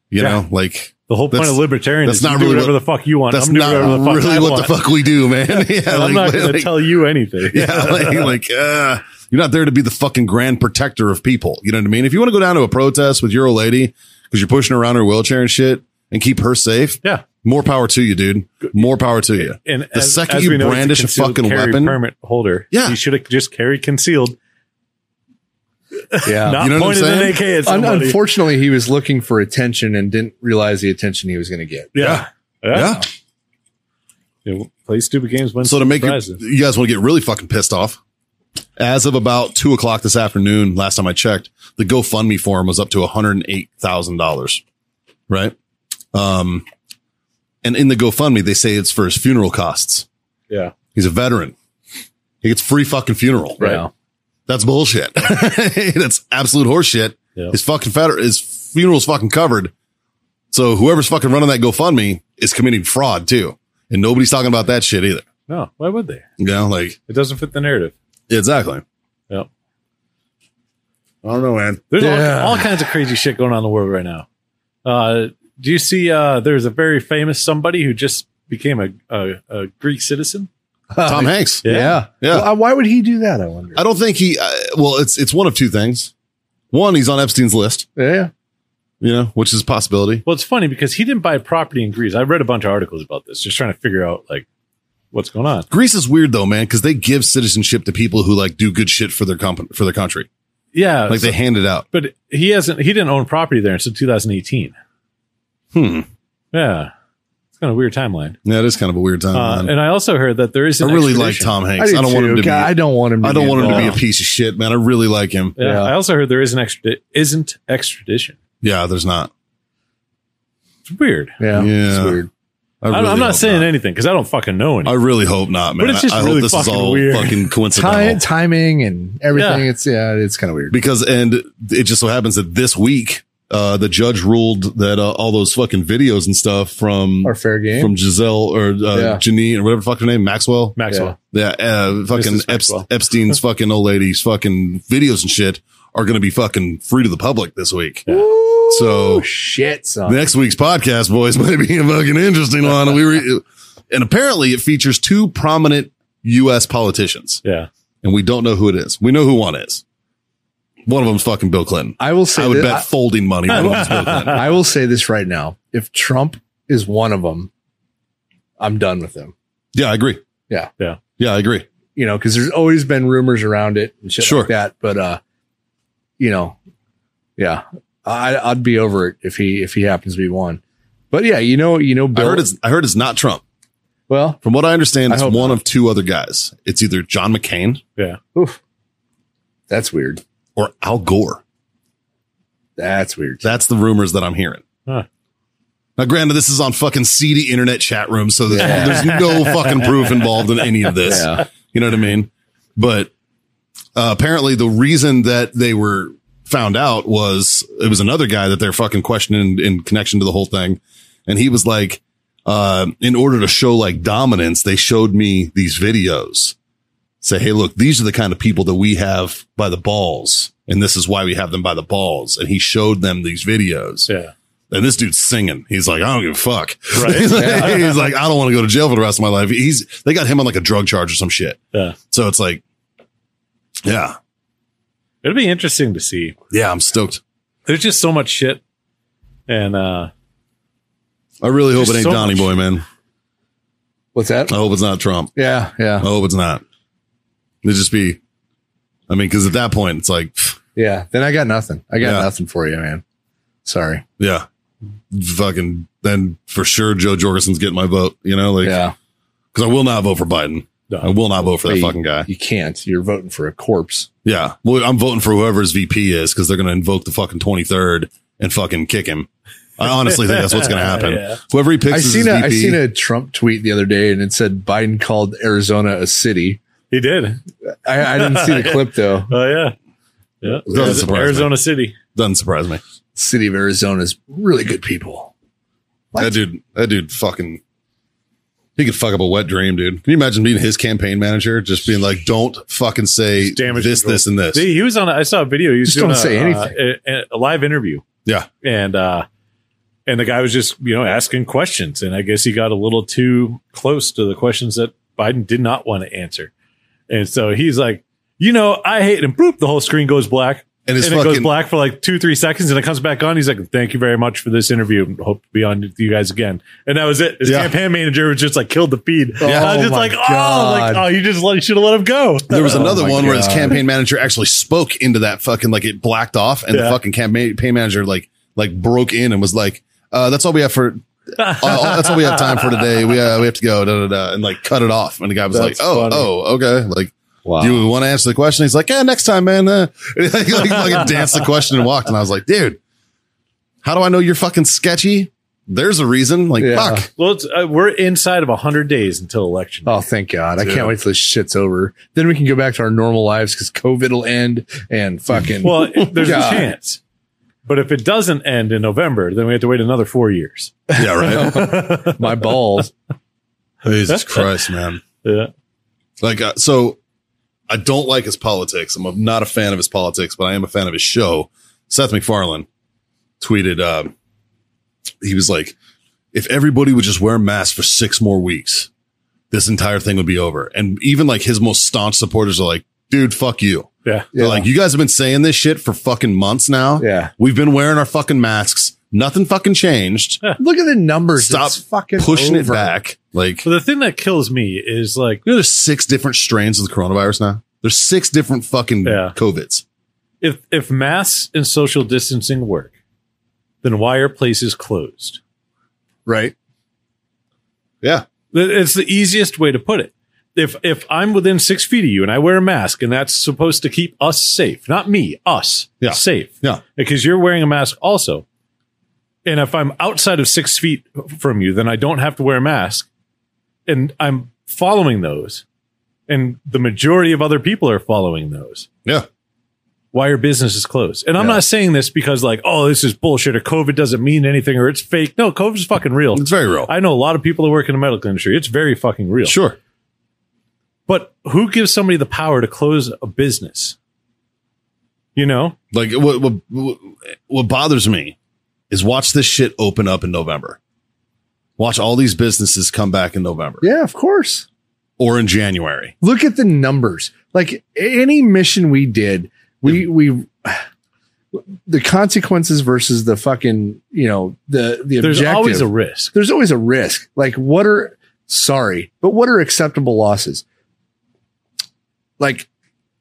You
Yeah.
know, like
The whole point
That's-
of libertarian
that's
is you
not
do
really
whatever
what-
the fuck you want.
that's
I'm doing
not
whatever the fuck
really
I
what
want.
the fuck we do, man. yeah.
And I'm not going to tell you anything.
yeah, like, like uh, you're not there to be the fucking grand protector of people. You know what I mean? If you want to go down to a protest with your old lady because you're pushing her around in her wheelchair and shit and keep her safe,
Yeah.
more power to you, dude. More power to you.
And
The second you
we know, he's
brandish a
concealed
fucking
carry
weapon-
permit holder,
Yeah.
he should have just carried concealed,
Yeah.
not
Uh, You know what I'm
pointed an
saying?
AK at
Un-
somebody.
unfortunately, he was looking for attention and didn't realize the attention he was going to get.
yeah.
Yeah.
You know, play stupid games, win
So to make you,
prizes.
you guys want to get really fucking pissed off. As of about two o'clock this afternoon, last time I checked, the GoFundMe form was up to $108,000. Right. Um, and in the GoFundMe, they say it's for his funeral costs.
yeah,
He's a veteran. He gets free fucking funeral.
Right.
Yeah.
That's bullshit. That's absolute horseshit.
Yeah.
His fucking feder- his funeral's fucking covered. So whoever's fucking running that GoFundMe is committing fraud too. And nobody's talking about that shit either.
no, why would they?
You know, like
It doesn't fit the narrative.
exactly.
Yeah,
I don't know, man.
there's all-
Yeah.
all, kinds of crazy shit going on in the world right now. Uh, do you see? Uh, there's a very famous somebody who just became a a, a Greek citizen.
Tom Hanks.
Yeah.
Yeah.
Well, uh, why would he do that? I wonder.
I don't think he. Uh, well, it's it's one of two things. One, he's on Epstein's list,
yeah.
you know, which is a possibility.
Well, it's funny because he didn't buy property in Greece. I read a bunch of articles about this, just trying to figure out like what's going on.
Greece is weird though, man, because they give citizenship to people who like do good shit for their company for their country.
Yeah,
Like they hand it out.
but he hasn't. He didn't own property there until 2018.
Hmm.
Yeah, it's kind of a weird timeline.
Yeah, it is kind of a weird time.
Uh,
man.
and I also heard that there is.
I
an
really like
extradition-
Tom Hanks. I, don't want him to
God, I
be.
don't want him. To
I don't
be
want him to be a
involved.
piece of shit, man. I really like him.
Yeah.
Yeah.
I also heard there is an extra isn't extradition.
Yeah, there's not.
It's weird.
Yeah.
Yeah.
It's weird.
I
I'm,
really
I'm not
hope
saying
not.
anything because I don't fucking know
I
anything.
really hope not, man.
But it's just
I, I
really
hope this is
fucking
all
weird.
fucking
Ti-
coincidental.
timing and everything.
Yeah.
It's yeah. It's kind of weird.
because and it just so happens that this week, uh, the judge ruled that uh, all those fucking videos and stuff from
Or fair game.
from Giselle or uh,
Yeah.
Janine or whatever the fuck her name, Maxwell.
Maxwell.
Yeah, uh, fucking
Mrs.
Epst-
Maxwell.
Epstein's fucking old lady's fucking videos and shit are going to be fucking free to the public this week.
Yeah.
So
oh shit, son.
next week's podcast, boys, might be a fucking interesting one. We were, and apparently it features two prominent U.S. politicians,
Yeah.
and we don't know who it is. We know who one is. One of them's fucking Bill Clinton.
I will say
I would
thi-
bet folding money. One of them's Bill Clinton.
I will say this right now. If Trump is one of them, I'm done with him.
Yeah, I agree.
Yeah.
Yeah.
yeah, I agree.
You know, because there's always been rumors around it and shit
Sure.
like that. But uh, you know, yeah, I, I'd be over it if he if he happens to be one. But yeah, you know, you know,
I
Bill.
heard it's I heard it's not Trump.
well,
From what I understand,
I
it's
hope
one of two other guys. It's either John McCain
Yeah.
oof, that's weird.
or Al Gore.
That's weird.
That's the rumors that I'm hearing.
Huh.
Now, granted, this is on fucking seedy internet chat room, so there's, there's no fucking proof involved in any of this.
Yeah.
You know what I mean? But uh, apparently, the reason that they were found out was it was another guy that they're fucking questioning in, in connection to the whole thing, and he was like, uh, in order to show like dominance, they showed me these videos. Say, hey, look, these are the kind of people that we have by the balls, and this is why we have them by the balls. And he showed them these videos.
Yeah.
And this dude's singing. He's like, I don't give a fuck.
Right.
he's, like, he's like, I don't want to go to jail for the rest of my life. He's they got him on like a drug charge or some shit.
Yeah.
So it's like, yeah,
It'll be interesting to see.
yeah, I'm stoked.
There's just so much shit. And uh
I really hope
There's
it ain't
so
Donny
much-
Boy, man.
What's that?
I hope it's not Trump.
Yeah,
I
yeah,
hope it's not. It'd just be, I mean, because at that point, it's like, pff,
yeah. Then I got nothing. I got
Yeah.
nothing for you, man. Sorry.
yeah, fucking, then for sure Joe Jorgensen's getting my vote, you know, like,
yeah,
because I will not vote for Biden.
No.
I will not vote for that
Hey,
fucking guy.
you can't. You're voting for a corpse.
Yeah. Well, I'm voting for whoever's VP is because they're going to invoke the fucking 23rd and fucking kick him. I honestly think that's what's going to happen.
Yeah.
Whoever he picks
I
as
seen a
his
I
VP,
seen a Trump tweet the other day, and it said Biden called Arizona a city.
he did.
I, I didn't see the clip though.
Oh yeah. Yeah.
Doesn't surprise me.
Arizona City.
doesn't surprise me.
City of Arizona is really good people. What?
That dude, that dude fucking, he could fuck up a wet dream, dude. Can you imagine being his campaign manager? Just being like, don't fucking say this,
damage
this,
control.
and this.
See, he was on. A, I saw a video. He was
Just
doing
don't
a,
say
uh,
anything.
a, a live interview.
Yeah.
and uh, and the guy was just you know asking questions, and I guess he got a little too close to the questions that Biden did not want to answer, and so he's like, you know, I hate and boop, the whole screen goes black.
And it's
and it goes
fucking-
black for like two, three seconds, and it comes back on. He's like, "Thank you very much for this interview. Hope to be on with you guys again." And that was it. His
Yeah.
campaign manager was just like killed the feed. And I was
Oh
just
my
like, "Oh, like
God.
oh, you just let, you should have let him go."
There was
Oh
another
my
one where his
God.
campaign manager actually spoke into that fucking like it blacked off, and the
Yeah.
fucking campaign campaign manager like like broke in and was like, uh, "That's all we have for." uh, all- that's all we have time for today. We uh, we have to go da, da, da, and like cut it off. And the guy was like,
That's
"Oh,
funny.
oh, okay." Like,
Wow.
do you want to answer the question? He's like, "Yeah, next time, man." Uh. And he like fucking danced the question and walked. And I was like, "Dude, how do I know you're fucking sketchy?" There's a reason. Like,
Yeah.
fuck.
Well, it's, uh, we're inside of 100 days until election.
oh, thank God! I
Yeah.
can't wait till this shit's over. Then we can go back to our normal lives because COVID will end and fucking.
Well, it- there's
God.
a chance. But if it doesn't end in November, then we have to wait another four years.
Yeah, right.
my balls.
Jesus Christ, man.
Yeah.
Like, uh, so I don't like his politics. I'm not a fan of his politics, but I am a fan of his show. Seth MacFarlane tweeted, um, he was like, if everybody would just wear masks for six more weeks, this entire thing would be over. And even like his most staunch supporters are like, dude, fuck you.
Yeah.
They're
Yeah.
like, you guys have been saying this shit for fucking months now.
Yeah.
We've been wearing our fucking masks. Nothing fucking changed.
Look at the numbers.
Stop
It's fucking
Pushing it
over.
back. Like,
But the thing that kills me is like,
you know, there's six different strains of the coronavirus now. There's six different fucking
Yeah.
COVIDs.
if, if masks and social distancing work, then why are places closed?
Right.
Yeah.
Th- It's the easiest way to put it. If, if I'm within six feet of you and I wear a mask and that's supposed to keep us safe, not me, us
Yeah.
safe.
Yeah.
because you're wearing a mask also. And if I'm outside of six feet from you, then I don't have to wear a mask. And I'm following those. And the majority of other people are following those.
Yeah.
Why are businesses closed? And I'm
Yeah.
not saying this because, like, oh, this is bullshit or COVID doesn't mean anything or it's fake. No, COVID's fucking real.
It's very real.
I know a lot of people that work in the medical industry. It's very fucking real.
Sure.
But who gives somebody the power to close a business? You know?
Like what, what, what- what bothers me is watch this shit open up in November. Watch all these businesses come back in November.
Yeah, of course.
or in January.
look at the numbers. Like any mission we did, we we the consequences versus the fucking you know the the
There's
objective.
always a risk.
there's always a risk. Like what are sorry, but what are acceptable losses? Like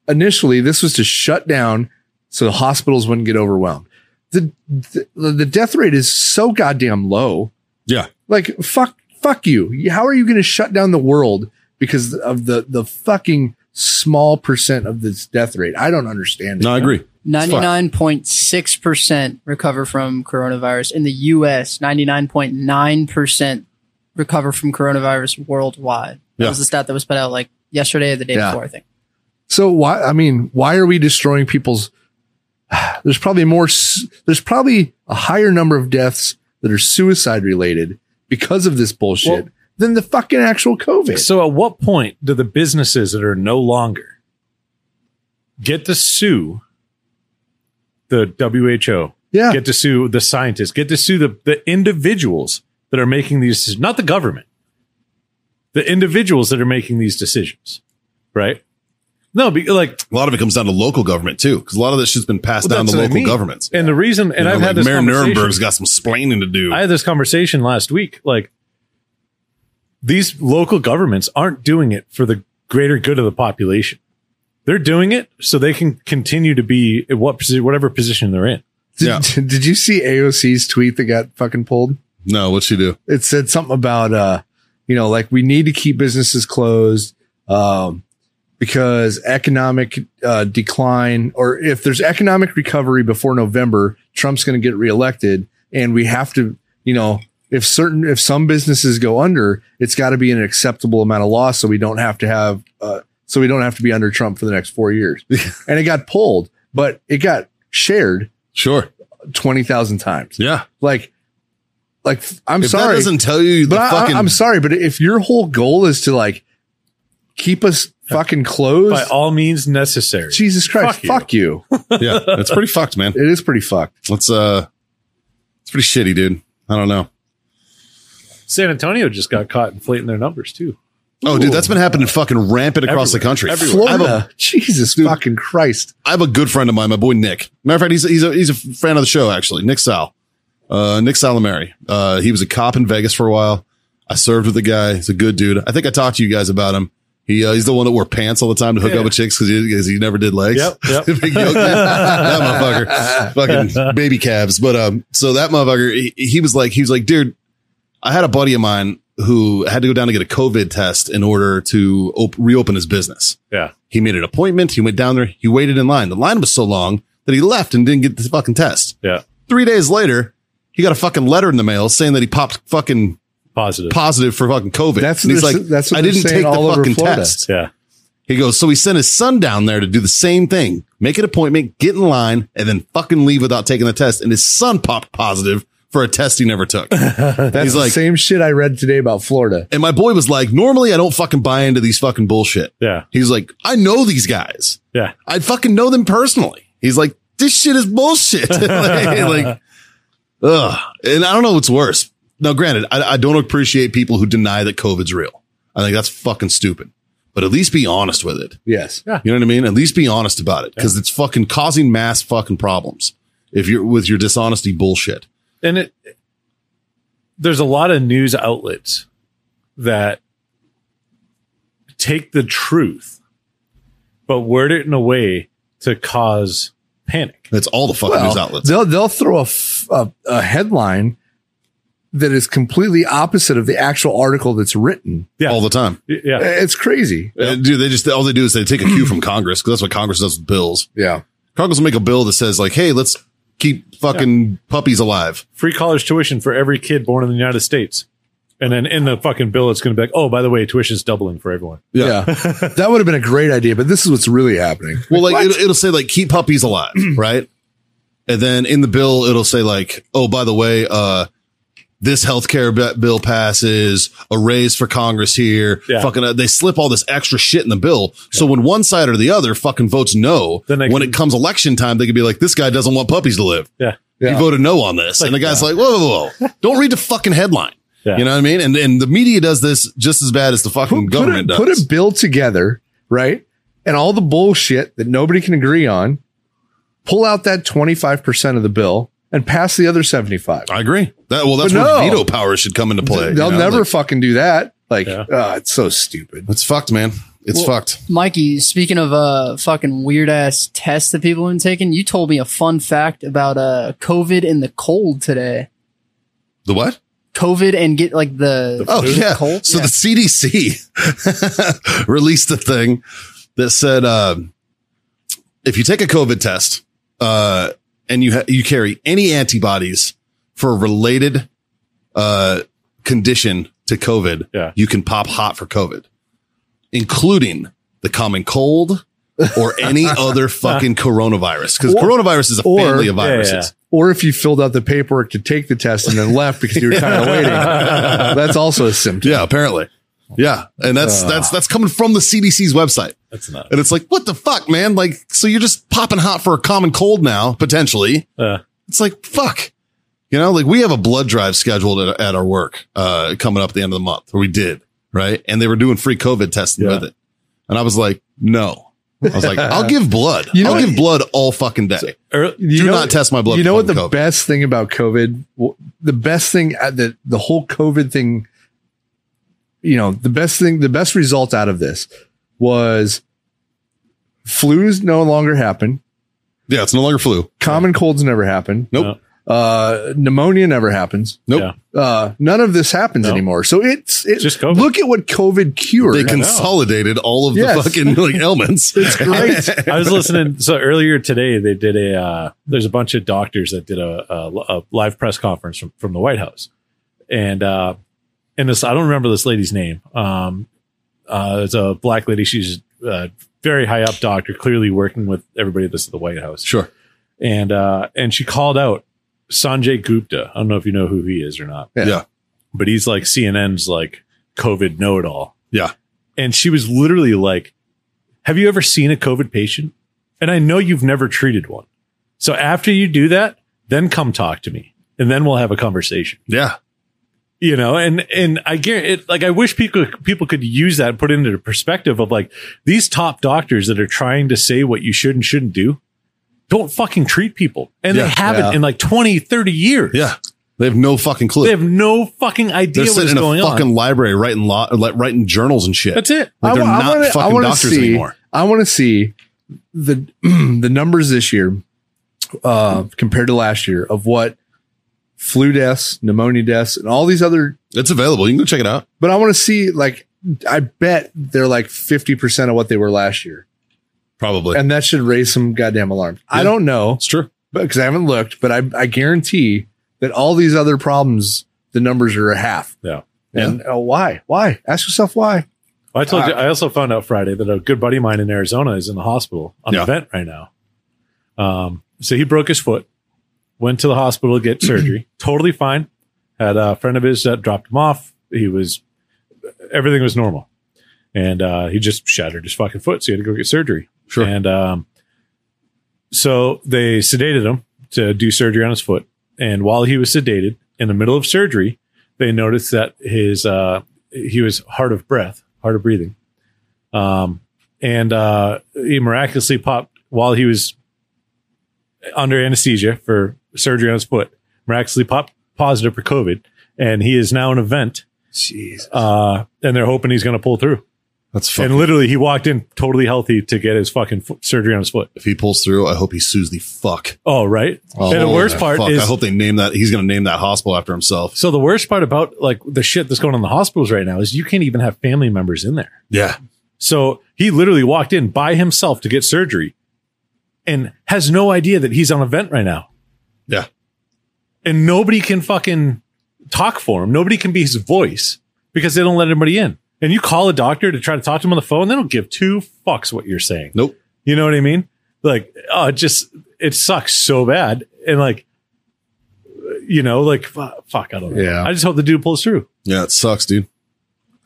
initially, this was to shut down so the hospitals wouldn't get overwhelmed. The the, the death rate is so goddamn low.
Yeah.
Like fuck fuck you. How are you going to shut down the world because of the the fucking small percent of this death rate? I don't understand. it.
No, I agree.
99.6% recover from coronavirus in the US, 99.9% recover from coronavirus worldwide. That
Yeah.
was the stat that was put out like yesterday or the day
Yeah.
before, I think.
So why? I mean, why are we destroying people's? There's probably more. s- There's probably a higher number of deaths that are suicide related because of this bullshit
Well-
than the fucking actual COVID.
So, at what point do the businesses that are no longer get to sue the WHO?
yeah,
Get to sue the scientists? Get to sue the, the individuals that are making these decisions, not the government, the individuals that are making these decisions, right? No, be, like,
A lot of it comes down to local government too, because a lot of that shit's been passed
Well,
down
that's
to
what I
local
mean.
governments.
and the reason, and
You know,
I've had
like
this
Mayor
conversation.
Nuremberg's got some splaining to do.
I had this conversation last week. Like, these local governments aren't doing it for the greater good of the population. They're doing it so they can continue to be at what posi- whatever position they're in.
Did,
Yeah.
did you see AOC's tweet that got fucking pulled?
no, what'd she do?
It said something about uh, you know, like we need to keep businesses closed um, because economic uh, decline, or if there's economic recovery before November, Trump's going to get reelected, and we have to, you know, if certain if some businesses go under, it's got to be an acceptable amount of loss, so we don't have to have uh, so we don't have to be under Trump for the next four years. and it got pulled, but it got shared
Sure.
twenty thousand times
Yeah.
like like i'm
if that
sorry
doesn't tell you the
but I,
fucking
am sorry but if your whole goal is to like keep us fucking closed
By all means necessary.
jesus christ
Fuck you.
fuck you.
yeah, it's pretty fucked, man.
it is pretty fucked
It's uh, it's pretty shitty, dude. I don't know.
San Antonio just got caught inflating their numbers too.
Oh, dude, that's been happening fucking rampant across the
Everywhere.
country.
Everywhere.
I have, a,
florida jesus fucking christ
I have a good friend of mine, my boy Nick. Matter of fact, he's a, he's a, he's a fan of the show actually. Nick Sal, uh, Nick Salamary. Uh, he was a cop in Vegas for a while. I served with the guy. He's a good dude. I think I talked to you guys about him. He uh, he's the one that wore pants all the time to hook
Yeah.
up with chicks because he, 'cause he never did legs.
Yep, yep.
Big yoke. that motherfucker, fucking baby calves. But um, so that motherfucker, he, he was like, he was like, dude, I had a buddy of mine who had to go down to get a COVID test in order to op- reopen his business.
Yeah.
He made an appointment. He went down there. He waited in line. The line was so long that he left and didn't get the fucking test.
Yeah.
Three days later, he got a fucking letter in the mail saying that he popped fucking
Positive.
positive for fucking COVID.
That's
and he's
what
like,
they're- that's what
I
they're
didn't
saying
take
all
the
over
fucking
Florida.
test.
yeah.
He goes, so he sent his son down there to do the same thing, make an appointment, get in line, and then fucking leave without taking the test. And his son popped positive for a test he never took.
that's
He's
the
like-
same shit i read today about florida
And my boy was like, normally I don't fucking buy into these fucking bullshit.
Yeah.
He's like, I know these guys.
Yeah.
I fucking know them personally. He's like, this shit is bullshit. like, like, ugh. And I don't know what's worse. Now, granted, I, I don't appreciate people who deny that COVID's real. I think that's fucking stupid, but at least be honest with it.
yes
You know what I mean? At least be honest about it because it's fucking causing mass fucking problems if you're with your dishonesty bullshit.
and it there's a lot of news outlets that take the truth but word it in a way to cause panic
That's all the fucking news outlets.
they'll they'll throw a, f- a a headline that is completely opposite of the actual article that's written
yeah
All the time.
yeah
it's crazy
Uh, Dude, they just, all they do is they take a cue from Congress because that's what Congress does with bills.
yeah
Congress will make a bill that says, like, hey, let's keep fucking puppies alive.
free college tuition for every kid born in the united states and then in the fucking bill it's going to be like oh by the way tuition's doubling for everyone
Yeah. that would have been a great idea, but this is what's really happening.
Well, like, it'll, it'll say, like, keep puppies alive, right? And then in the bill, it'll say, like, oh, by the way, uh, this healthcare b- bill passes a raise for Congress here.
Yeah.
Fucking, uh, they slip all this extra shit in the bill. So when one side or the other fucking votes no,
Then they
when
can-
it comes election time, they can be like, this guy doesn't want puppies to live.
yeah
You voted no on this. and the guy's like, whoa, whoa, whoa. Don't read the fucking headline.
Yeah.
You know what I mean? And and the media does this just as bad as the fucking
Put, put a,
government
put
does.
a bill together, right? And all the bullshit that nobody can agree on, pull out that 25% of the bill and pass the other 75.
I agree. That well, that's
But
where
no.
veto power should come into play. you
They'll
know?
never
Like,
fucking do that. Like,
Yeah.
ah, it's so stupid.
it's fucked, man. It's
Well-
fucked.
Mikey, speaking of uh fucking weird ass tests that people have been taking, you told me a fun fact about uh COVID and the cold today.
The what?
COVID and get like the,
Oh yeah.
cold.
So
Yeah.
the CDC released a thing that said uh, if you take a COVID test uh, and you ha- you carry any antibodies for a related uh, condition to COVID,
Yeah.
you can pop hot for COVID, including the common cold or any other fucking coronavirus because
Or-
coronavirus is a
or-
family of
Yeah, yeah.
viruses.
Or if you filled out the paperwork to take the test and then left because you were tired of waiting, that's also a symptom.
Yeah, apparently. Yeah, and
Uh.
that's that's that's coming from the CDC's website.
That's not.
And it's like, what the fuck, man? Like, so you're just popping hot for a common cold now, potentially.
Uh,
It's like, fuck. You know, like we have a blood drive scheduled at, at our work uh, coming up at the end of the month, or we did, right? And they were doing free COVID testing
Yeah.
with it. And I was like, no. I was like, I'll give blood.
You know
I'll
what-
give blood all fucking day.
er-
You
Do
know-
not test my blood.
you
for
know what the
fucking COVID.
best thing about COVID, w- the best thing uh, that the whole COVID thing, you know, the best thing, the best result out of this was flus no longer happen.
Yeah, it's no longer flu.
Common colds never happen.
Nope.
Uh, pneumonia never happens.
Nope.
Yeah.
Uh, none of this happens
No.
anymore. So it's, it's
Just COVID.
look at what COVID cured.
They consolidated all of
Yes.
the fucking like ailments. It's
great.
I was listening. So earlier today, they did a. Uh, there's a bunch of doctors that did a, a, a live press conference from, from the White House, and uh, and this I don't remember this lady's name. Um, uh, it's a black lady. She's a very high up doctor, clearly working with everybody that's at the White House,
sure.
and uh, and she called out Sanjay Gupta. I don't know if you know who he is or not
Yeah.
yeah.
but he's like CNN's like COVID know it all.
Yeah.
And she was literally like, Have you ever seen a COVID patient? And I know you've never treated one. So after you do that, then come talk to me and then we'll have a conversation.
Yeah.
You know, and and I guarantee it like I wish people people could use that and put it into the perspective of like these top doctors that are trying to say what you should and shouldn't do, don't fucking treat people. And
Yeah.
they haven't
Yeah.
in like 20, 30 years.
Yeah. They have no fucking clue.
They have no fucking idea
They're
what's
sitting in
going
a
on.
fucking library writing law, like writing journals and shit.
That's it.
Like, they're
wa-
not
wanna-
fucking
wanna
doctors
see,
anymore.
I want to see the the numbers this year uh, compared to last year of what flu deaths, pneumonia deaths, and all these other.
It's available. You can go check it out.
But I want to see like I bet they're like fifty percent of what they were last year,
Probably.
and that should raise some goddamn alarm. I
Yeah.
don't know
it's true.
because I haven't looked, but I I guarantee that all these other problems, the numbers are a half.
Yeah.
And uh, why? Why? Ask yourself why.
Well, I told
Uh,
you. I also found out Friday that a good buddy of mine in Arizona is in the hospital on
Yeah.
a vent right now. Um, so he broke his foot, went to the hospital to get surgery. Totally fine. Had a friend of his that dropped him off. He was everything was normal, and uh, he just shattered his fucking foot, so he had to go get surgery.
Sure.
And um, so they sedated him to do surgery on his foot. And while he was sedated, in the middle of surgery, they noticed that his uh, he was hard of breath, hard of breathing, um, and uh, he miraculously popped while he was under anesthesia for surgery on his foot. Miraculously popped positive for COVID, and he is now an event.
Jeez.
Uh, and they're hoping he's going to pull through.
That's fun.
And literally, he walked in totally healthy to get his fucking foot, surgery on his foot.
if he pulls through, I hope he sues the fuck.
Oh, right. and the
Holy
worst part
fuck.
is
I hope they name that. He's going to name that hospital after himself.
so the worst part about like the shit that's going on in the hospitals right now is you can't even have family members in there.
Yeah.
So he literally walked in by himself to get surgery and has no idea that he's on a vent right now.
Yeah.
And nobody can fucking talk for him. Nobody can be his voice because they don't let anybody in. And you call a doctor to try to talk to him on the phone, they don't give two fucks what you're saying.
Nope.
You know what I mean? Like, oh, it just it sucks so bad, and like, you know, like fu- fuck, I don't know.
Yeah.
I just hope the dude pulls through.
Yeah. It sucks, dude. It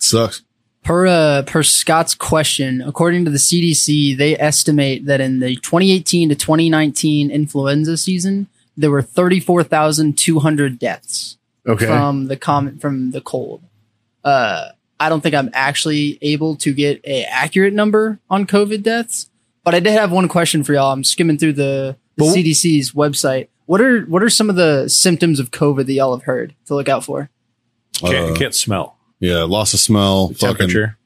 sucks.
Per uh, per Scott's question, according to the CDC, they estimate that in the 2018 to 2019 influenza season, there were 34,200 deaths.
Okay.
Um,
from the comment from the cold. Uh, I don't think I'm actually able to get a accurate number on COVID deaths, but I did have one question for y'all. I'm skimming through the, the
But-
CDC's website. What are what are some of the symptoms of COVID that y'all have heard to look out for?
Can't,
Uh,
can't smell.
Yeah, loss of smell, fucking
Temperature.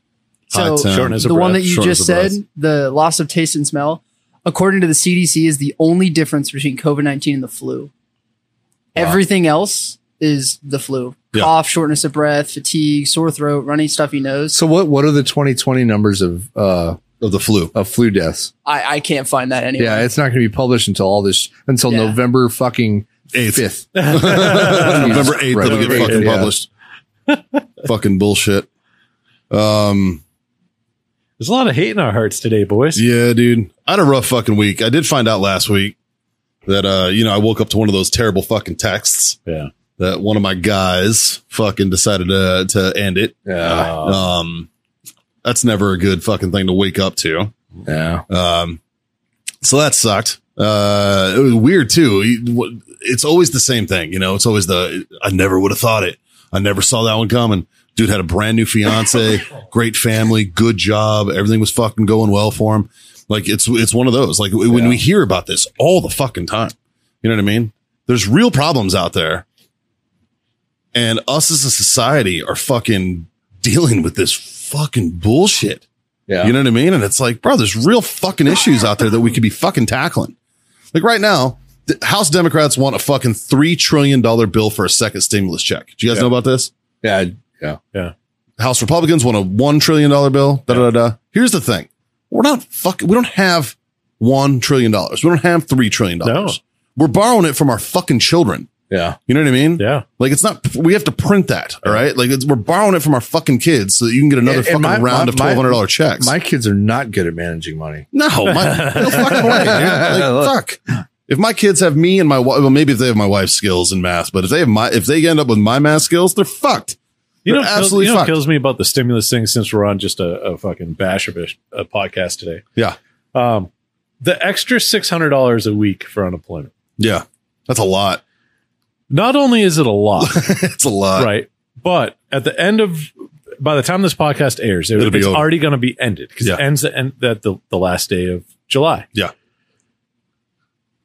hot
So-
temp.
Shortness
the
of
one that
breath.
you
shortness
just
of
said,
breath.
the loss of taste and smell, according to the CDC, is the only difference between COVID 19 and the flu. Everything else is the flu
Yeah.
cough, shortness of breath, fatigue, sore throat, runny, stuffy nose.
So what what are the 2020 numbers of uh
of the flu.
of flu deaths?
I, I can't find that anywhere.
Yeah, it's not going to be published until all this until
Yeah.
November fucking
Eighth.
fifth.
November
Jesus
8th, that'll
Christ.
get fucking
Yeah.
published. fucking bullshit. Um,
There's a lot of hate in our hearts today, boys.
yeah, dude. I had a rough fucking week. I did find out last week that, uh, you know, I woke up to one of those terrible fucking texts
Yeah.
that one of my guys fucking decided to, to end it.
Yeah,
Uh,
Um, that's never a good fucking thing to wake up to.
yeah.
Um, so that sucked. Uh, it was weird too. You- what- It's always the same thing, you know. It's always the I never would have thought it. I never saw that one coming. Dude had a brand new fiance, great family, good job. Everything was fucking going well for him. Like it's it's one of those. Like w- when we hear about this all the fucking time, you know what I mean? There's real problems out there, and us as a society are fucking dealing with this fucking bullshit.
Yeah.
You know what I mean? And it's like, bro, there's real fucking issues out there that we could be fucking tackling. Like right now, the House Democrats want a fucking $3 trillion bill for a second stimulus check. Do you guys
Yeah.
know about this?
yeah, yeah.
House Republicans want a $1 trillion bill. Da, da, da, da. Here's the thing. We're not fucking, we don't have $1 trillion. We don't have $3 trillion.
No.
We're borrowing it from our fucking children.
Yeah.
You know what I mean?
yeah.
Like it's not, we have to print that. All right. Like it's, we're borrowing it from our fucking kids so that you can get another
And-
fucking
and my-
round
my- my-
of $1,200 checks.
My kids are not good at managing money.
No, my, no fucking way. dude. Like, fuck. If my kids have me and my wife, well, maybe if they have my wife's skills in math, but if they have my, if they end up with my math skills, they're fucked.
You
They're
know, what kills-
absolutely
you know what
fucked.
kills me about the stimulus thing since we're on just a, a fucking bash of a, a podcast today.
Yeah.
Um, the extra six hundred dollars a week for unemployment.
Yeah. That's a lot.
Not only is it a lot,
It's a lot.
right, but at the end of by the time this podcast airs, it,
It'll be
it's
over.
already going to be ended because
Yeah.
it ends at, end, at the the last day of July.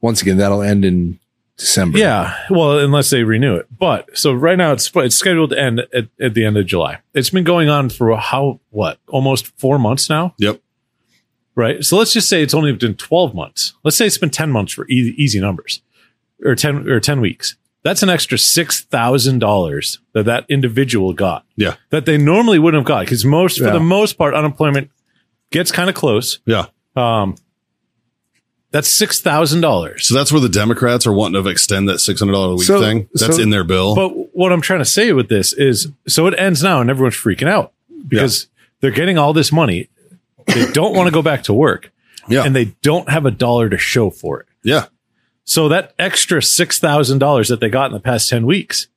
Once again, that'll end in December.
Yeah, well, unless they renew it. But so right now it's it's scheduled to end at, at the end of July. It's been going on for how what almost four months now.
Yep.
Right. So let's just say it's only been 12 months. Let's say it's been 10 months for easy, easy numbers or 10 or 10 weeks. That's an extra $6,000 that that individual got.
Yeah.
That they normally wouldn't have got because most, for
Yeah.
the most part, unemployment gets kind of close.
Yeah.
Um, that's $6,000.
So that's where the Democrats are wanting to extend that $600 a week
So-
thing. That's
so-
in their bill.
But what I'm trying to say with this is so it ends now and everyone's freaking out because they're getting all this money. They don't want to go back to work
yeah.
and they don't have a dollar to show for it.
yeah.
So that extra six thousand dollars that they got in the past ten weeks,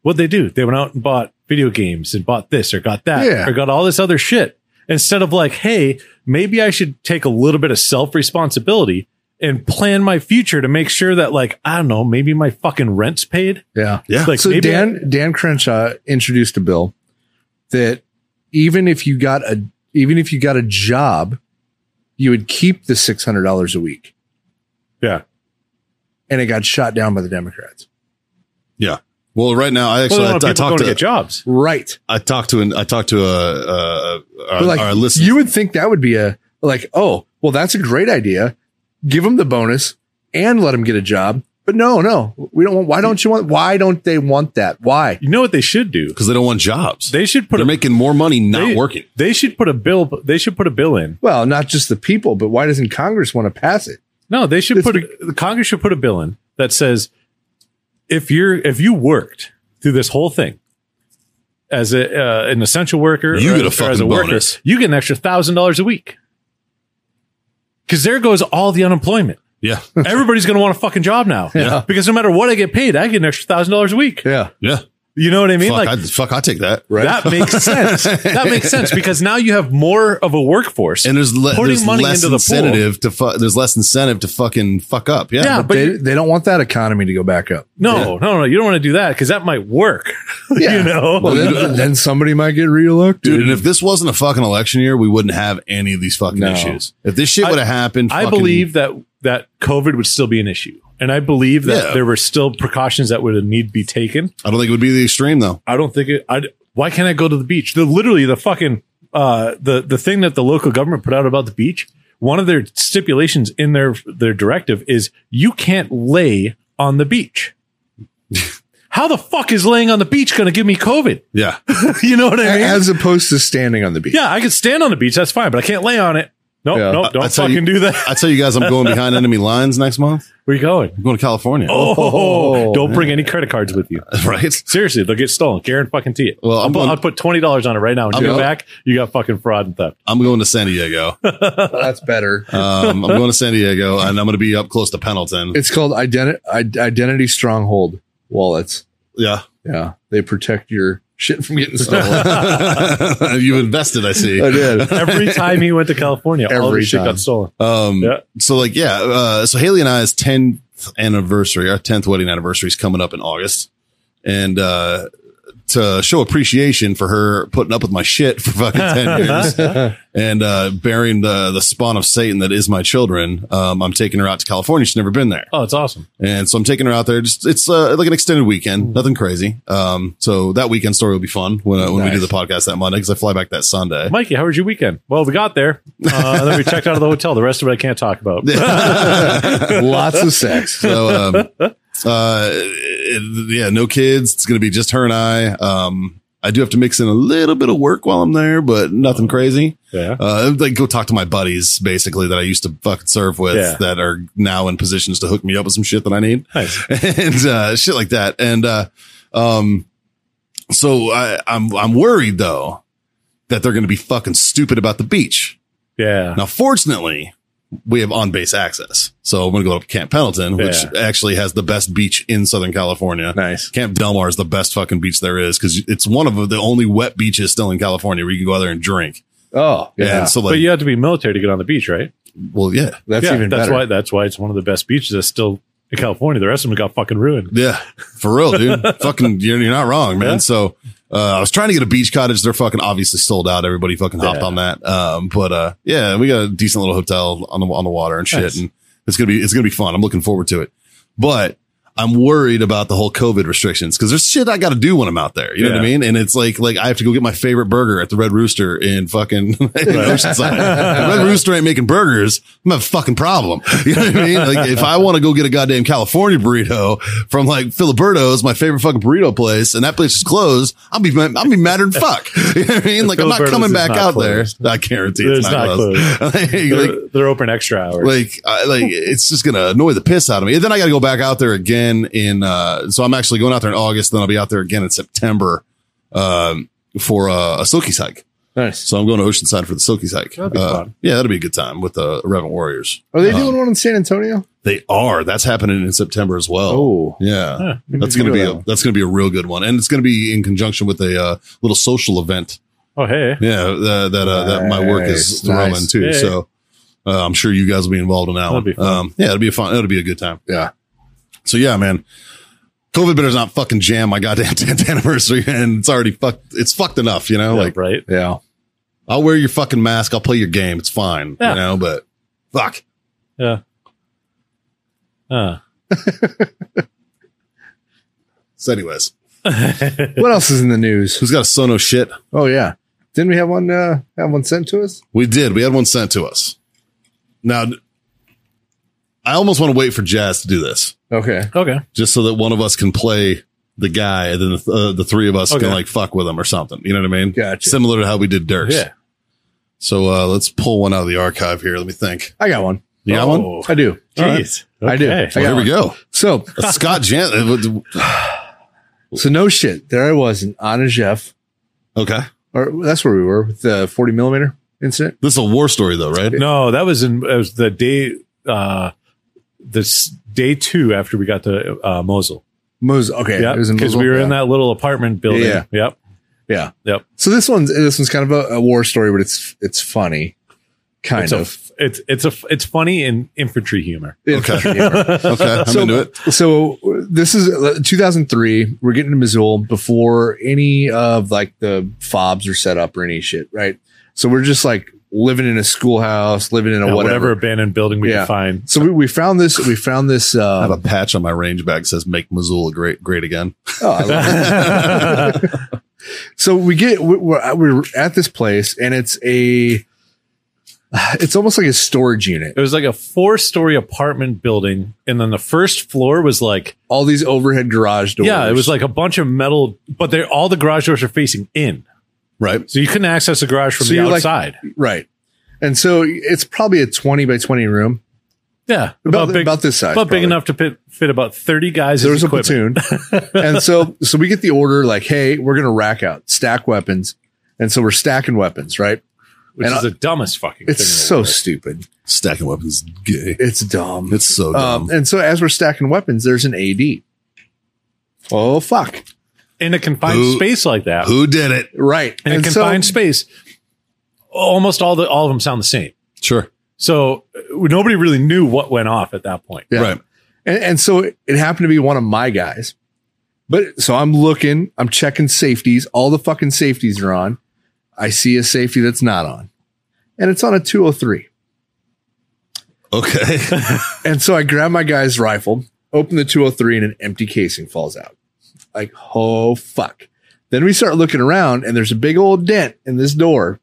what'd they do? They went out and bought video games and bought this or got that
Yeah.
or got all this other shit. Instead of like, hey, maybe I should take a little bit of self responsibility and plan my future to make sure that like I don't know, maybe my fucking rent's paid.
Yeah.
Yeah.
Like
so
maybe
Dan Dan Crenshaw introduced a bill that even if you got a even if you got a job, you would keep the six hundred dollars a week,
yeah.
and it got shot down by the Democrats.
well, right now, I
Well,
actually,
I,
I, I talked
to
to,
get jobs.
Right,
I talked to an, I talked to a, a, a,
but like
our listener.
you would think that would be a like oh well that's a great idea, give them the bonus and let them get a job. But no, no, we don't want. Why don't you want? Why don't they want that? Why?
You know what they should do?
Cause they don't want jobs. They,
They should put
are
a
making more money not
they-
working.
They should put a bill. They should put a bill in.
Well, not just the people, but why doesn't Congress want to pass it?
No, they should
It's
put a, the Congress should put a bill in that says if you're if you worked through this whole thing as a uh, an essential worker,
You
or
get a
as- or
fucking
as
bonus.
you get an extra thousand dollars a week. Because there goes all the unemployment.
Yeah.
Everybody's going to want a fucking job now.
Yeah.
Because no matter what I get paid, I get an extra thousand dollars a week.
Yeah,
Yeah.
You know what I mean?
fuck,
like
I'd, fuck, I take that.
Right.
that makes sense. that makes sense because now you have more of a workforce.
And there's, le-
Putting
there's
money
less
into the pool.
incentive to fu- there's less incentive to fucking fuck up. Yeah.
Yeah. but
they,
you-
they don't want that economy to go back up.
no, no, no, you don't want to do that because that might work.
Yeah.
you know,
Well, then, then somebody might get reelected.
Dude, and if this wasn't a fucking election year, we wouldn't have any of these fucking
No.
issues. If this shit would have happened,
I
fucking-
believe that that COVID would still be an issue, and I believe that
Yeah.
there were still precautions that would need to be taken.
I don't think it would be the extreme though.
I don't think it. I why can't I go to the beach? The literally the fucking uh the the thing that the local government put out about the beach. One of their stipulations in their their directive is you can't lay on the beach. How the fuck is laying on the beach going to give me COVID?
Yeah.
you know what I mean?
As opposed to standing on the beach.
yeah, I could stand on the beach. That's fine, but I can't lay on it. Nope,
Yeah.
nope, don't
I tell
fucking
you-
do that.
I tell you guys, I'm going behind enemy lines next month.
Where you going?
I'm going to California.
Oh,
Oh,
don't bring any credit cards with you.
right.
Seriously, they'll get stolen. Guarantee it.
Well, I'm
I'll, put,
going-
I'll put twenty dollars on it right now. And
I'm
you
going-
back, you got fucking fraud and theft.
I'm going to San Diego. Um,
That's better.
I'm going to San Diego, and I'm going to be up close to Pendleton.
It's called identi- I- identity stronghold wallets.
Yeah.
Yeah. They protect your shit from getting stolen.
You've invested, I see.
I did.
Every time he went to California, all
Every
his shit
time.
got stolen.
Um,
Yeah.
so like, yeah. Uh, so Haley and I's 10th anniversary, our 10th wedding anniversary is coming up in August. And, uh, to show appreciation for her putting up with my shit for fucking 10 years and, uh, bearing the, the spawn of Satan that is my children. Um, I'm taking her out to California. She's never been there.
Oh, it's awesome.
And so I'm taking her out there. Just it's uh, like an extended weekend, nothing crazy. Um, so that weekend story will be fun when uh, when we do
Nice.
the podcast that Monday because I fly back that Sunday.
Mikey, how was your weekend? Well, we got there. Uh, and then we checked out of the hotel. The rest of it I can't talk about.
Lots of sex.
So, um, uh, it- yeah, no kids. It's going to be just her and I. Um, I do have to mix in a little bit of work while I'm there, but nothing crazy.
Yeah.
Uh, like go talk to my buddies basically that I used to fucking serve with
Yeah.
that are now in positions to hook me up with some shit that I need
Nice.
and, uh, shit like that. And, uh, um, so I, I'm, I'm worried though that they're going to be fucking stupid about the beach.
Yeah.
Now, fortunately, we have on base access. So I'm going to go up to Camp Pendleton, which
Yeah.
actually has the best beach in Southern California.
Nice.
Camp Delmar is the best fucking beach there is because it's one of the only wet beaches still in California where you can go out there and drink.
Oh, yeah.
And so, like,
but you have to be military to get on the beach, right?
well, yeah.
that's
yeah,
even
that's
better.
why that's why it's one of the best beaches that's still in California. The rest of them got fucking ruined.
Yeah, for real, dude. fucking, you're, you're not wrong, man.
Yeah.
So, uh, I was trying to get a beach cottage. They're fucking obviously sold out. Everybody fucking hopped
Yeah.
on that. Um, but, uh, yeah, we got a decent little hotel on the, on the water and shit.
Nice.
And it's going to be, it's going to be fun. I'm looking forward to it, but I'm worried about the whole COVID restrictions because there's shit I got to do when I'm out there. You know what I
Yeah.
mean? And it's like, like I have to go get my favorite burger at the Red Rooster in fucking in Oceanside. The Red Rooster ain't making burgers. I'm gonna have a fucking problem. You know what I mean? Like if I want to go get a goddamn California burrito from like Filiberto's, my favorite fucking burrito place, and that place is closed, I'll be mad- I'll be madder than fuck. You know what I mean? Like I'm not
Filiberto's
coming
is
back
not
out
closed.
there. I guarantee
It's not
Like-
They're,
like,
they're open extra hours.
like I, like it's just gonna annoy the piss out of me and then i gotta go back out there again in uh so i'm actually going out there in august then i'll be out there again in september um for uh, a silkies hike
Nice.
so i'm going to oceanside for the silkies hike
That'd be
Uh,
fun.
yeah that'll be a good time with the revenant warriors
Are they doing one in San Antonio?
they are that's happening in september as well
Oh.
yeah
Huh.
that's
We need
gonna
to
be
go
a,
that way.
that's gonna be a real good one and it's gonna be in conjunction with a uh, little social event
Oh hey.
yeah uh, that uh, that my work is
Nice.
throwing
Nice.
too
Yeah.
so uh, i'm sure you guys will be involved in that
That'll
one
be fun.
um yeah it'll be a fun it'll be a good time
yeah.
So yeah, man. COVID better's not fucking jam my goddamn 10th anniversary and it's already fucked. It's fucked enough, you know, like
right.
Yeah.
I'll wear your fucking mask. I'll play your game. It's fine,
Yeah.
you know, but fuck.
Yeah. Uh,
So anyways,
What else is in the news?
who's got a Sono shit?
Oh yeah. Didn't we have one uh have one sent to us?
We did. We had one sent to us. Now I almost want to wait for Jazz to do this
Okay.
okay.
just so that one of us can play the guy and then the, uh, the three of us
Okay.
can like fuck with him or something. You know what I mean?
Gotcha.
Similar to how we did Dirks.
Yeah.
So uh, let's pull one out of the archive here. Let me think.
I got one.
You got one?
Oh,
I do.
Jeez.
I do.
Okay.
I got
Well, here we go.
So
A Scott Jan. it would-
so no shit. There I was in Anajef.
Okay.
Or that's where we were with the 40 millimeter incident.
This is a war story, though, right?
No, that was in it was the day uh this day two after we got to uh Mosul.
Moose. Okay,
Yeah,
in
because we
Mosul,
were
yeah.
in that little apartment building.
Yeah.
Yep.
Yeah.
Yep.
So this one's this one's kind of a, a war story, but it's it's funny, kind
it's a
of.
f- it's it's a f- it's funny in infantry humor.
Okay.
Okay, I'm
so,
into it.
So uh, this is uh, 2003. We're getting to Missoula before any of like the fobs are set up or any shit, right? So we're just like living in a schoolhouse, living in a
Yeah,
whatever.
whatever abandoned building we
Yeah.
can find.
So we, we found this. We found this.
I have
Uh,
a patch on my range bag that says "Make Missoula Great Great Again."
oh, I love it. so we get we- we're, uh, we're at this place, and it's a. It's almost like a storage unit.
It was like a four story apartment building. And then the first floor was like,
All these overhead garage doors.
yeah, it was like a bunch of metal, but they're all the garage doors are facing in.
Right.
So you couldn't access the garage from
So
the
you're like-
outside.
right, and so it's probably a twenty by twenty room,
yeah.
about
big,
about this size,
about big
probably.
enough to fit, fit about 30 guys.
There
as
was a
equipment.
platoon, and so so we get the order like, hey, we're gonna rack out, stack weapons, and so we're stacking weapons, right?
which
and
is
I-
the dumbest fucking
It's
thing. in the
so
world.
stupid.
Stacking weapons, is gay.
It's dumb.
It's so dumb.
Um, and so as we're stacking weapons, there's an AD. Oh fuck!
in a confined
Who-
space like that.
Who did it?
Right,
in a
and so
confined space, almost all the all of them sound the same.
Sure.
So uh, nobody really knew what went off at that point.
Yeah.
Right.
and, and so it, it happened to be one of my guys. But so I'm looking, I'm checking safeties. All the fucking safeties are on. I see a safety that's not on, and it's on a 203.
Okay.
And so I grab my guy's rifle, open the 203, and an empty casing falls out. Like, oh fuck. Then we start looking around, and there's a big old dent in this door.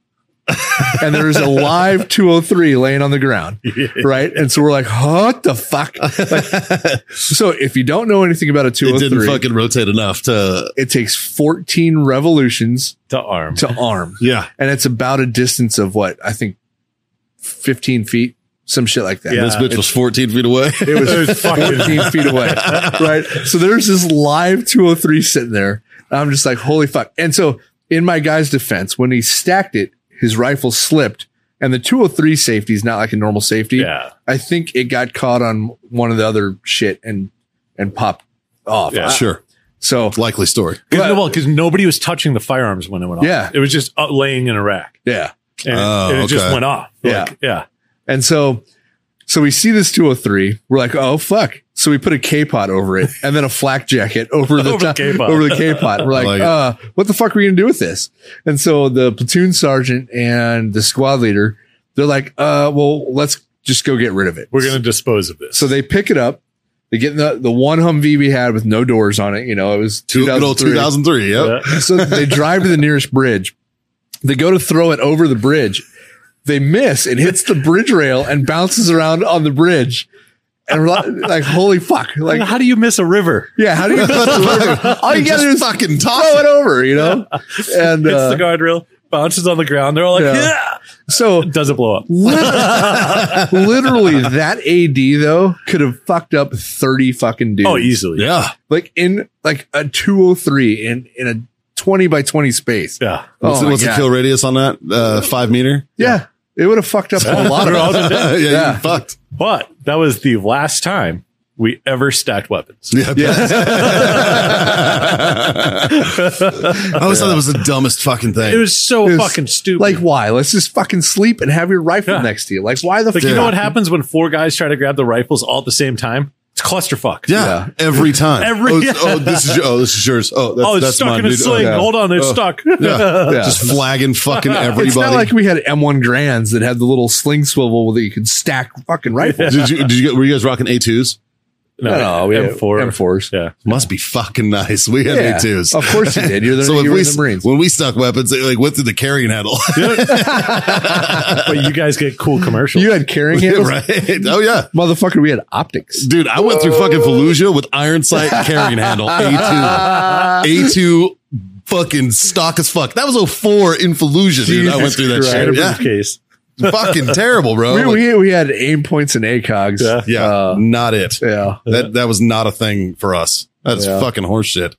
and there's a live 203 laying on the ground. Right. And so we're like, what the fuck? Like, so if you don't know anything about a
it
203,
didn't fucking rotate enough to.
it takes 14 revolutions
The arm.
to arm.
Yeah.
And it's about a distance of what? I think 15 feet, some shit like that.
Yeah.
This bitch was 14 feet away.
It was
It was fucking-
14 feet away. Right. So there's this live 203 sitting there. And I'm just like, holy fuck. And so in my guy's defense, when he stacked it, his rifle slipped and the 203 safety is not like a normal safety.
Yeah.
I think it got caught on one of the other shit and, and popped off.
Yeah.
Sure.
So
Likely story.
Cause,
Well-
well, because nobody was touching the firearms when it went off.
Yeah.
It was just uh, laying in a rack
yeah.
and,
Oh,
and it just
okay.
went off.
Yeah.
Like, yeah.
And so, so we see this 203. We're like, oh fuck. So we put a K-pot over it and then a flak jacket over the
Over
top,
K-pot.
over the K-pot. We're like,
Like it.
uh, what the fuck are we going to do with this? And so the platoon sergeant and the squad leader, they're like, uh, well, let's just go get rid of it.
We're going to dispose of this.
So they pick it up. They get in the, the one Humvee we had with no doors on it. You know, it was
Two, good old
2003
2003. Yep.
Yeah.
so they drive to the nearest bridge. They go to throw it over the bridge. They miss. It hits the bridge rail and bounces around on the bridge. And we're like, like, holy fuck. Like,
how do you miss a river?
yeah, how do you touch the river? All you gotta do
just
is
fucking
throw
toss
it over, you know? And
Hits
uh,
the guardrail, bounces on the ground. They're all like,
Yeah.
yeah.
so
Doesn't blow up.
lit- literally that AD though could have fucked up 30 fucking dudes.
Oh, easily.
Yeah.
Like in like a 203 in, in a 20 by 20 space.
Yeah.
What's,
Oh, my
what's the
God.
kill radius on that? Uh, five meter.
Yeah. It would have fucked up a lot of
yeah,
Yeah.
You fucked.
But that was the last time we ever stacked weapons.
Yeah. I always thought that was the dumbest fucking thing.
It was so
It was
fucking stupid.
Like, why? Let's just fucking sleep and have your rifle
Yeah.
next to you. Like, why the
Like,
fuck?
you know what happens when four guys try to grab the rifles all at the same time? It's clusterfuck.
yeah, every time.
Every-
oh, it's- oh, this is your, oh, this is yours. Oh, that's,
oh, it's
that's
stuck
mine,
in a
dude. Oh,
sling.
yeah.
Hold on, it's stuck.
Yeah.
Yeah.
just flagging fucking everybody.
It's not like we had M1 Grands that had the little sling swivel that you could stack fucking rifles.
did you? Did you? get- Were you guys rocking A2s? Oh,
No, M4.
M4s.
Yeah.
Must be fucking nice. We had
Yeah.
A2s.
Of course you did. You're the,
So
you
if
were
we,
in the Marines.
when we stuck weapons, it like went through the carrying handle,
But you guys get cool commercials.
You had carrying handles?
right? Oh yeah,
Motherfucker, we had optics.
dude, I went through fucking Fallujah with iron sight carrying handle A2, A2, fucking stock as fuck. That was a four in Fallujah, dude. I went
Jesus
through that
I had a
shit. Yeah.
briefcase.
fucking terrible, bro.
We,
Like,
we, we had aim points and ACOGs.
Yeah.
yeah,
Uh,
not it.
yeah.
That that was not a thing for us. That's
Yeah.
fucking horseshit.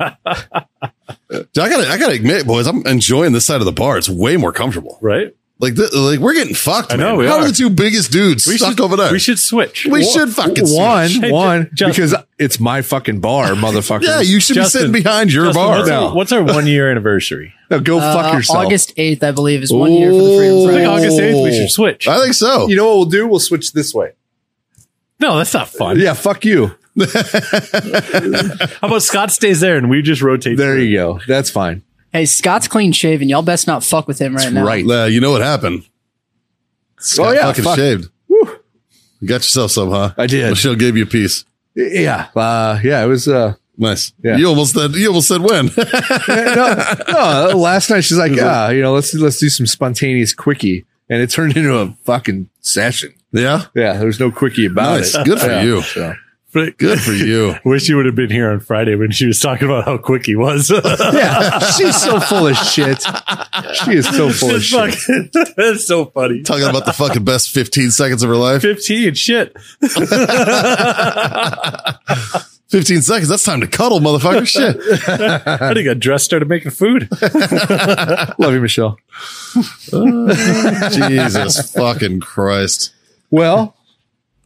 Dude, I gotta I gotta admit, boys, I'm enjoying this side of the bar. It's way more comfortable.
Right?
Like, th- like we're getting fucked.
I
man.
know we
How are
are.
the two biggest dudes
We
stuck
should,
over there?
we should switch.
We should fucking
one,
switch.
Hey, Ju-
one,
Justin.
because it's my fucking bar, motherfucker.
Yeah, you should be
Justin,
sitting behind your
Justin,
bar.
what's,
now.
our, what's our one year anniversary?
Now go fuck
Uh,
yourself.
August 8th, I believe, is one year for the
Ooh.
Oh.
I think
Freedom Friday.
August eighth. We should switch.
I think so.
You know what we'll do? We'll switch this way.
No, that's not fun.
Yeah, fuck you.
How about Scott stays there and we just rotate?
There you go. That's fine.
Hey, Scott's clean shaven. Y'all best not fuck with him right now.
right.
Uh, you know what happened? Got
Oh, yeah,
fucking
fuck.
shaved. You got yourself some, huh?
I did.
Michelle gave you a piece.
Yeah. Uh, yeah, it was uh
Nice.
Yeah.
You almost said. You almost said when.
no, oh, last night she's like, ah, you know, let's let's do some spontaneous quickie. And it turned into a fucking session.
yeah.
Yeah, there was no quickie about
Nice.
it.
Good for
Yeah,
you.
so.
But-
Good for you.
Wish you would have been here on Friday when she was talking about how quick he was.
Yeah, she's so full of shit. She is so full of
It's
shit.
fucking- That's so funny.
Talking about the fucking best 15 seconds of her life.
Fifteen shit.
15 seconds. That's time to cuddle, motherfucker. Shit.
I think I dressed, started making food.
Love you, Michelle.
Jesus fucking Christ.
Well,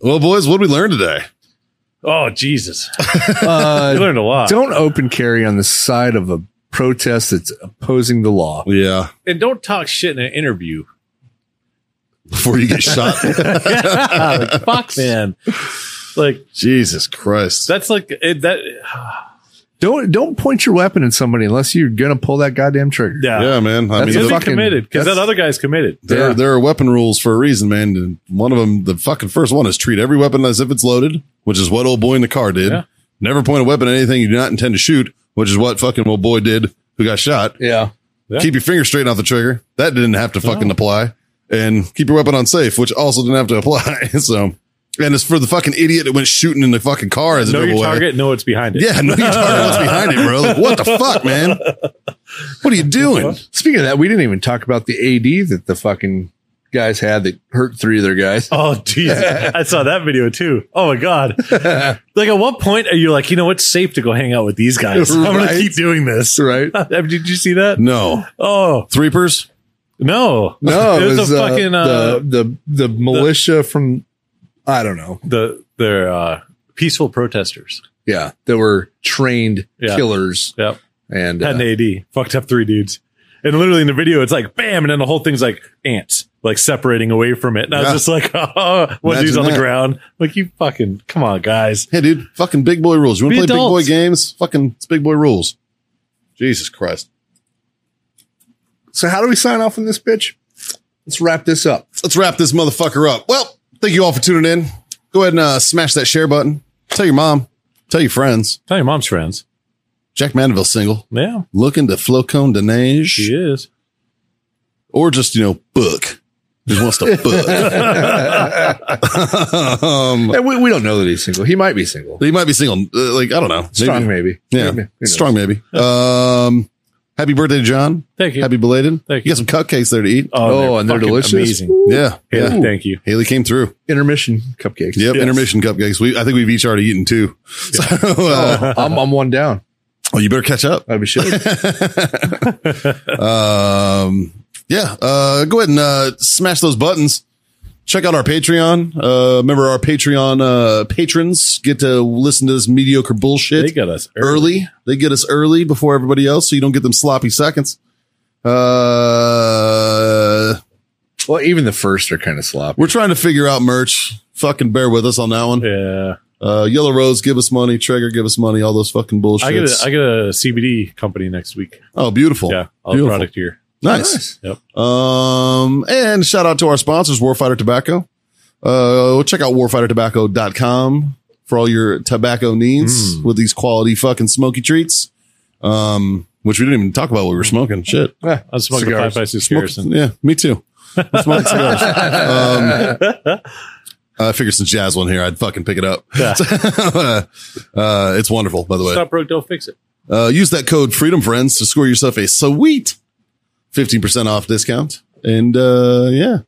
Well, boys, what did we learn today?
Oh Jesus! I
uh,
learned a lot.
don't open carry on the side of a protest that's opposing the law.
Yeah.
and don't talk shit in an interview.
Before you get shot.
Ah, Like, fuck, man. Like
Jesus Christ.
that's like it, that.
Don't don't point your weapon at somebody unless you're gonna pull that goddamn trigger.
Yeah,
yeah, man. I
That's
mean,
He'll
the-
be
fucking-
committed because that
that's-
other guy's committed.
There,
Yeah.
there are weapon rules for a reason, man. And one of them, the fucking first one is treat every weapon as if it's loaded, which is what old boy in the car did.
Yeah.
Never point a weapon at anything you do not intend to shoot, which is what fucking old boy did who got shot.
Yeah.
Yeah.
Keep your finger straight off the trigger. That didn't have to fucking apply. And keep your weapon on safe, which also didn't have to apply. so, and it's for the fucking idiot that went shooting in the fucking car as it
Know
drove
your
away.
target. Know what's behind it.
Yeah, know your target. What's behind it, bro? Like, what the fuck, man? What are you doing?
Speaking of that, we didn't even talk about the AD that the fucking guys had that hurt three of their guys.
Oh Jesus! I saw that video too. Oh my god! like at what point are you like, you know, it's safe to go hang out with these guys? I'm gonna
Right.
keep doing this.
Right?
Did you see that?
No.
Oh
Threepers?
no,
No,
it was, a fucking uh,
the the the militia from I don't know.
the they're uh, peaceful protesters.
Yeah, that were trained
Yeah.
killers
Yep,
and
had
uh,
an AD, fucked up three dudes, and literally in the video, it's like bam, and then the whole thing's like ants, like separating away from it. And I
Yeah.
was just like, oh, one
Imagine
dude's on the
that.
ground, like you fucking come on, guys.
Hey, dude, fucking big boy rules. You want
Be
to play big
adults.
boy games? Fucking it's big boy rules. Jesus Christ.
so how do we sign off on this bitch? Let's wrap this up.
Let's wrap this motherfucker up. Well, thank you all for tuning in. Go ahead and uh, smash that share button. Tell your mom. Tell your friends.
Tell your mom's friends.
Jack Mandeville single.
Yeah,
Looking to flocon
she
Danage.
is.
Or just, you know, book. Just wants to book. um,
And we, we don't know that he's single. He might be single.
he might be single. Uh, like, I don't know.
Strong, maybe.
Yeah.
Maybe. Who knows?
Strong, maybe. Um, happy birthday to John.
Thank you.
Happy belated.
Thank
You got some cupcakes there to eat.
Oh, and they're
fucking
delicious.
Amazing.
Yeah.
Yeah,
Yeah.
thank you.
Haley came through.
Intermission cupcakes.
Yep,
Yes.
intermission cupcakes. We I think we've each already eaten two. So, uh,
I'm, I'm one down.
oh, you better catch up.
I'd be shit.
Um, yeah, uh, go ahead and uh, smash those buttons. Check out our Patreon. Uh, remember our Patreon uh, patrons get to listen to this mediocre bullshit
They got us early.
early. They get us early before everybody else, so you don't get them sloppy seconds. Uh,
well, even the first are kind of sloppy.
we're trying to figure out merch. Fucking bear with us on that one.
Yeah,
Uh, Yellow Rose, give us money. Trigger, give us money. All those fucking bullshits.
I get a, I get a CBD company next week.
oh, beautiful.
Yeah, all
Beautiful.
product here.
Nice.
Yep.
Um, and shout out to our sponsors, Warfighter Tobacco. Uh, check out warfightertobacco.com for all your tobacco needs with these quality fucking smoky treats. Um, which we didn't even talk about what we were smoking. Shit.
I'm smoking
Cigars.
five by six
Smoke-
cigars.
yeah, me too. I'm smoking cigars. um, I figured since Jazz one here, I'd fucking pick it up.
Yeah.
uh, it's wonderful, by the way.
Stop broke, don't fix it.
Uh, use that code Freedom Friends to score yourself a sweet 15% off discount. And uh, yeah.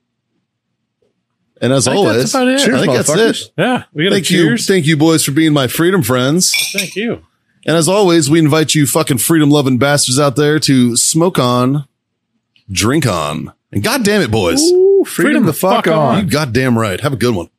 And as
I think that's
always,
about it.
I think Oh, that's it.
Yeah, we got a
Thank
cheers.
you. Thank you, boys, for being my freedom friends.
Thank you.
And as always, we invite you fucking freedom loving bastards out there to smoke on, drink on, And goddamn it, boys.
Ooh, freedom, the fuck, on.
You goddamn right. Have a good one.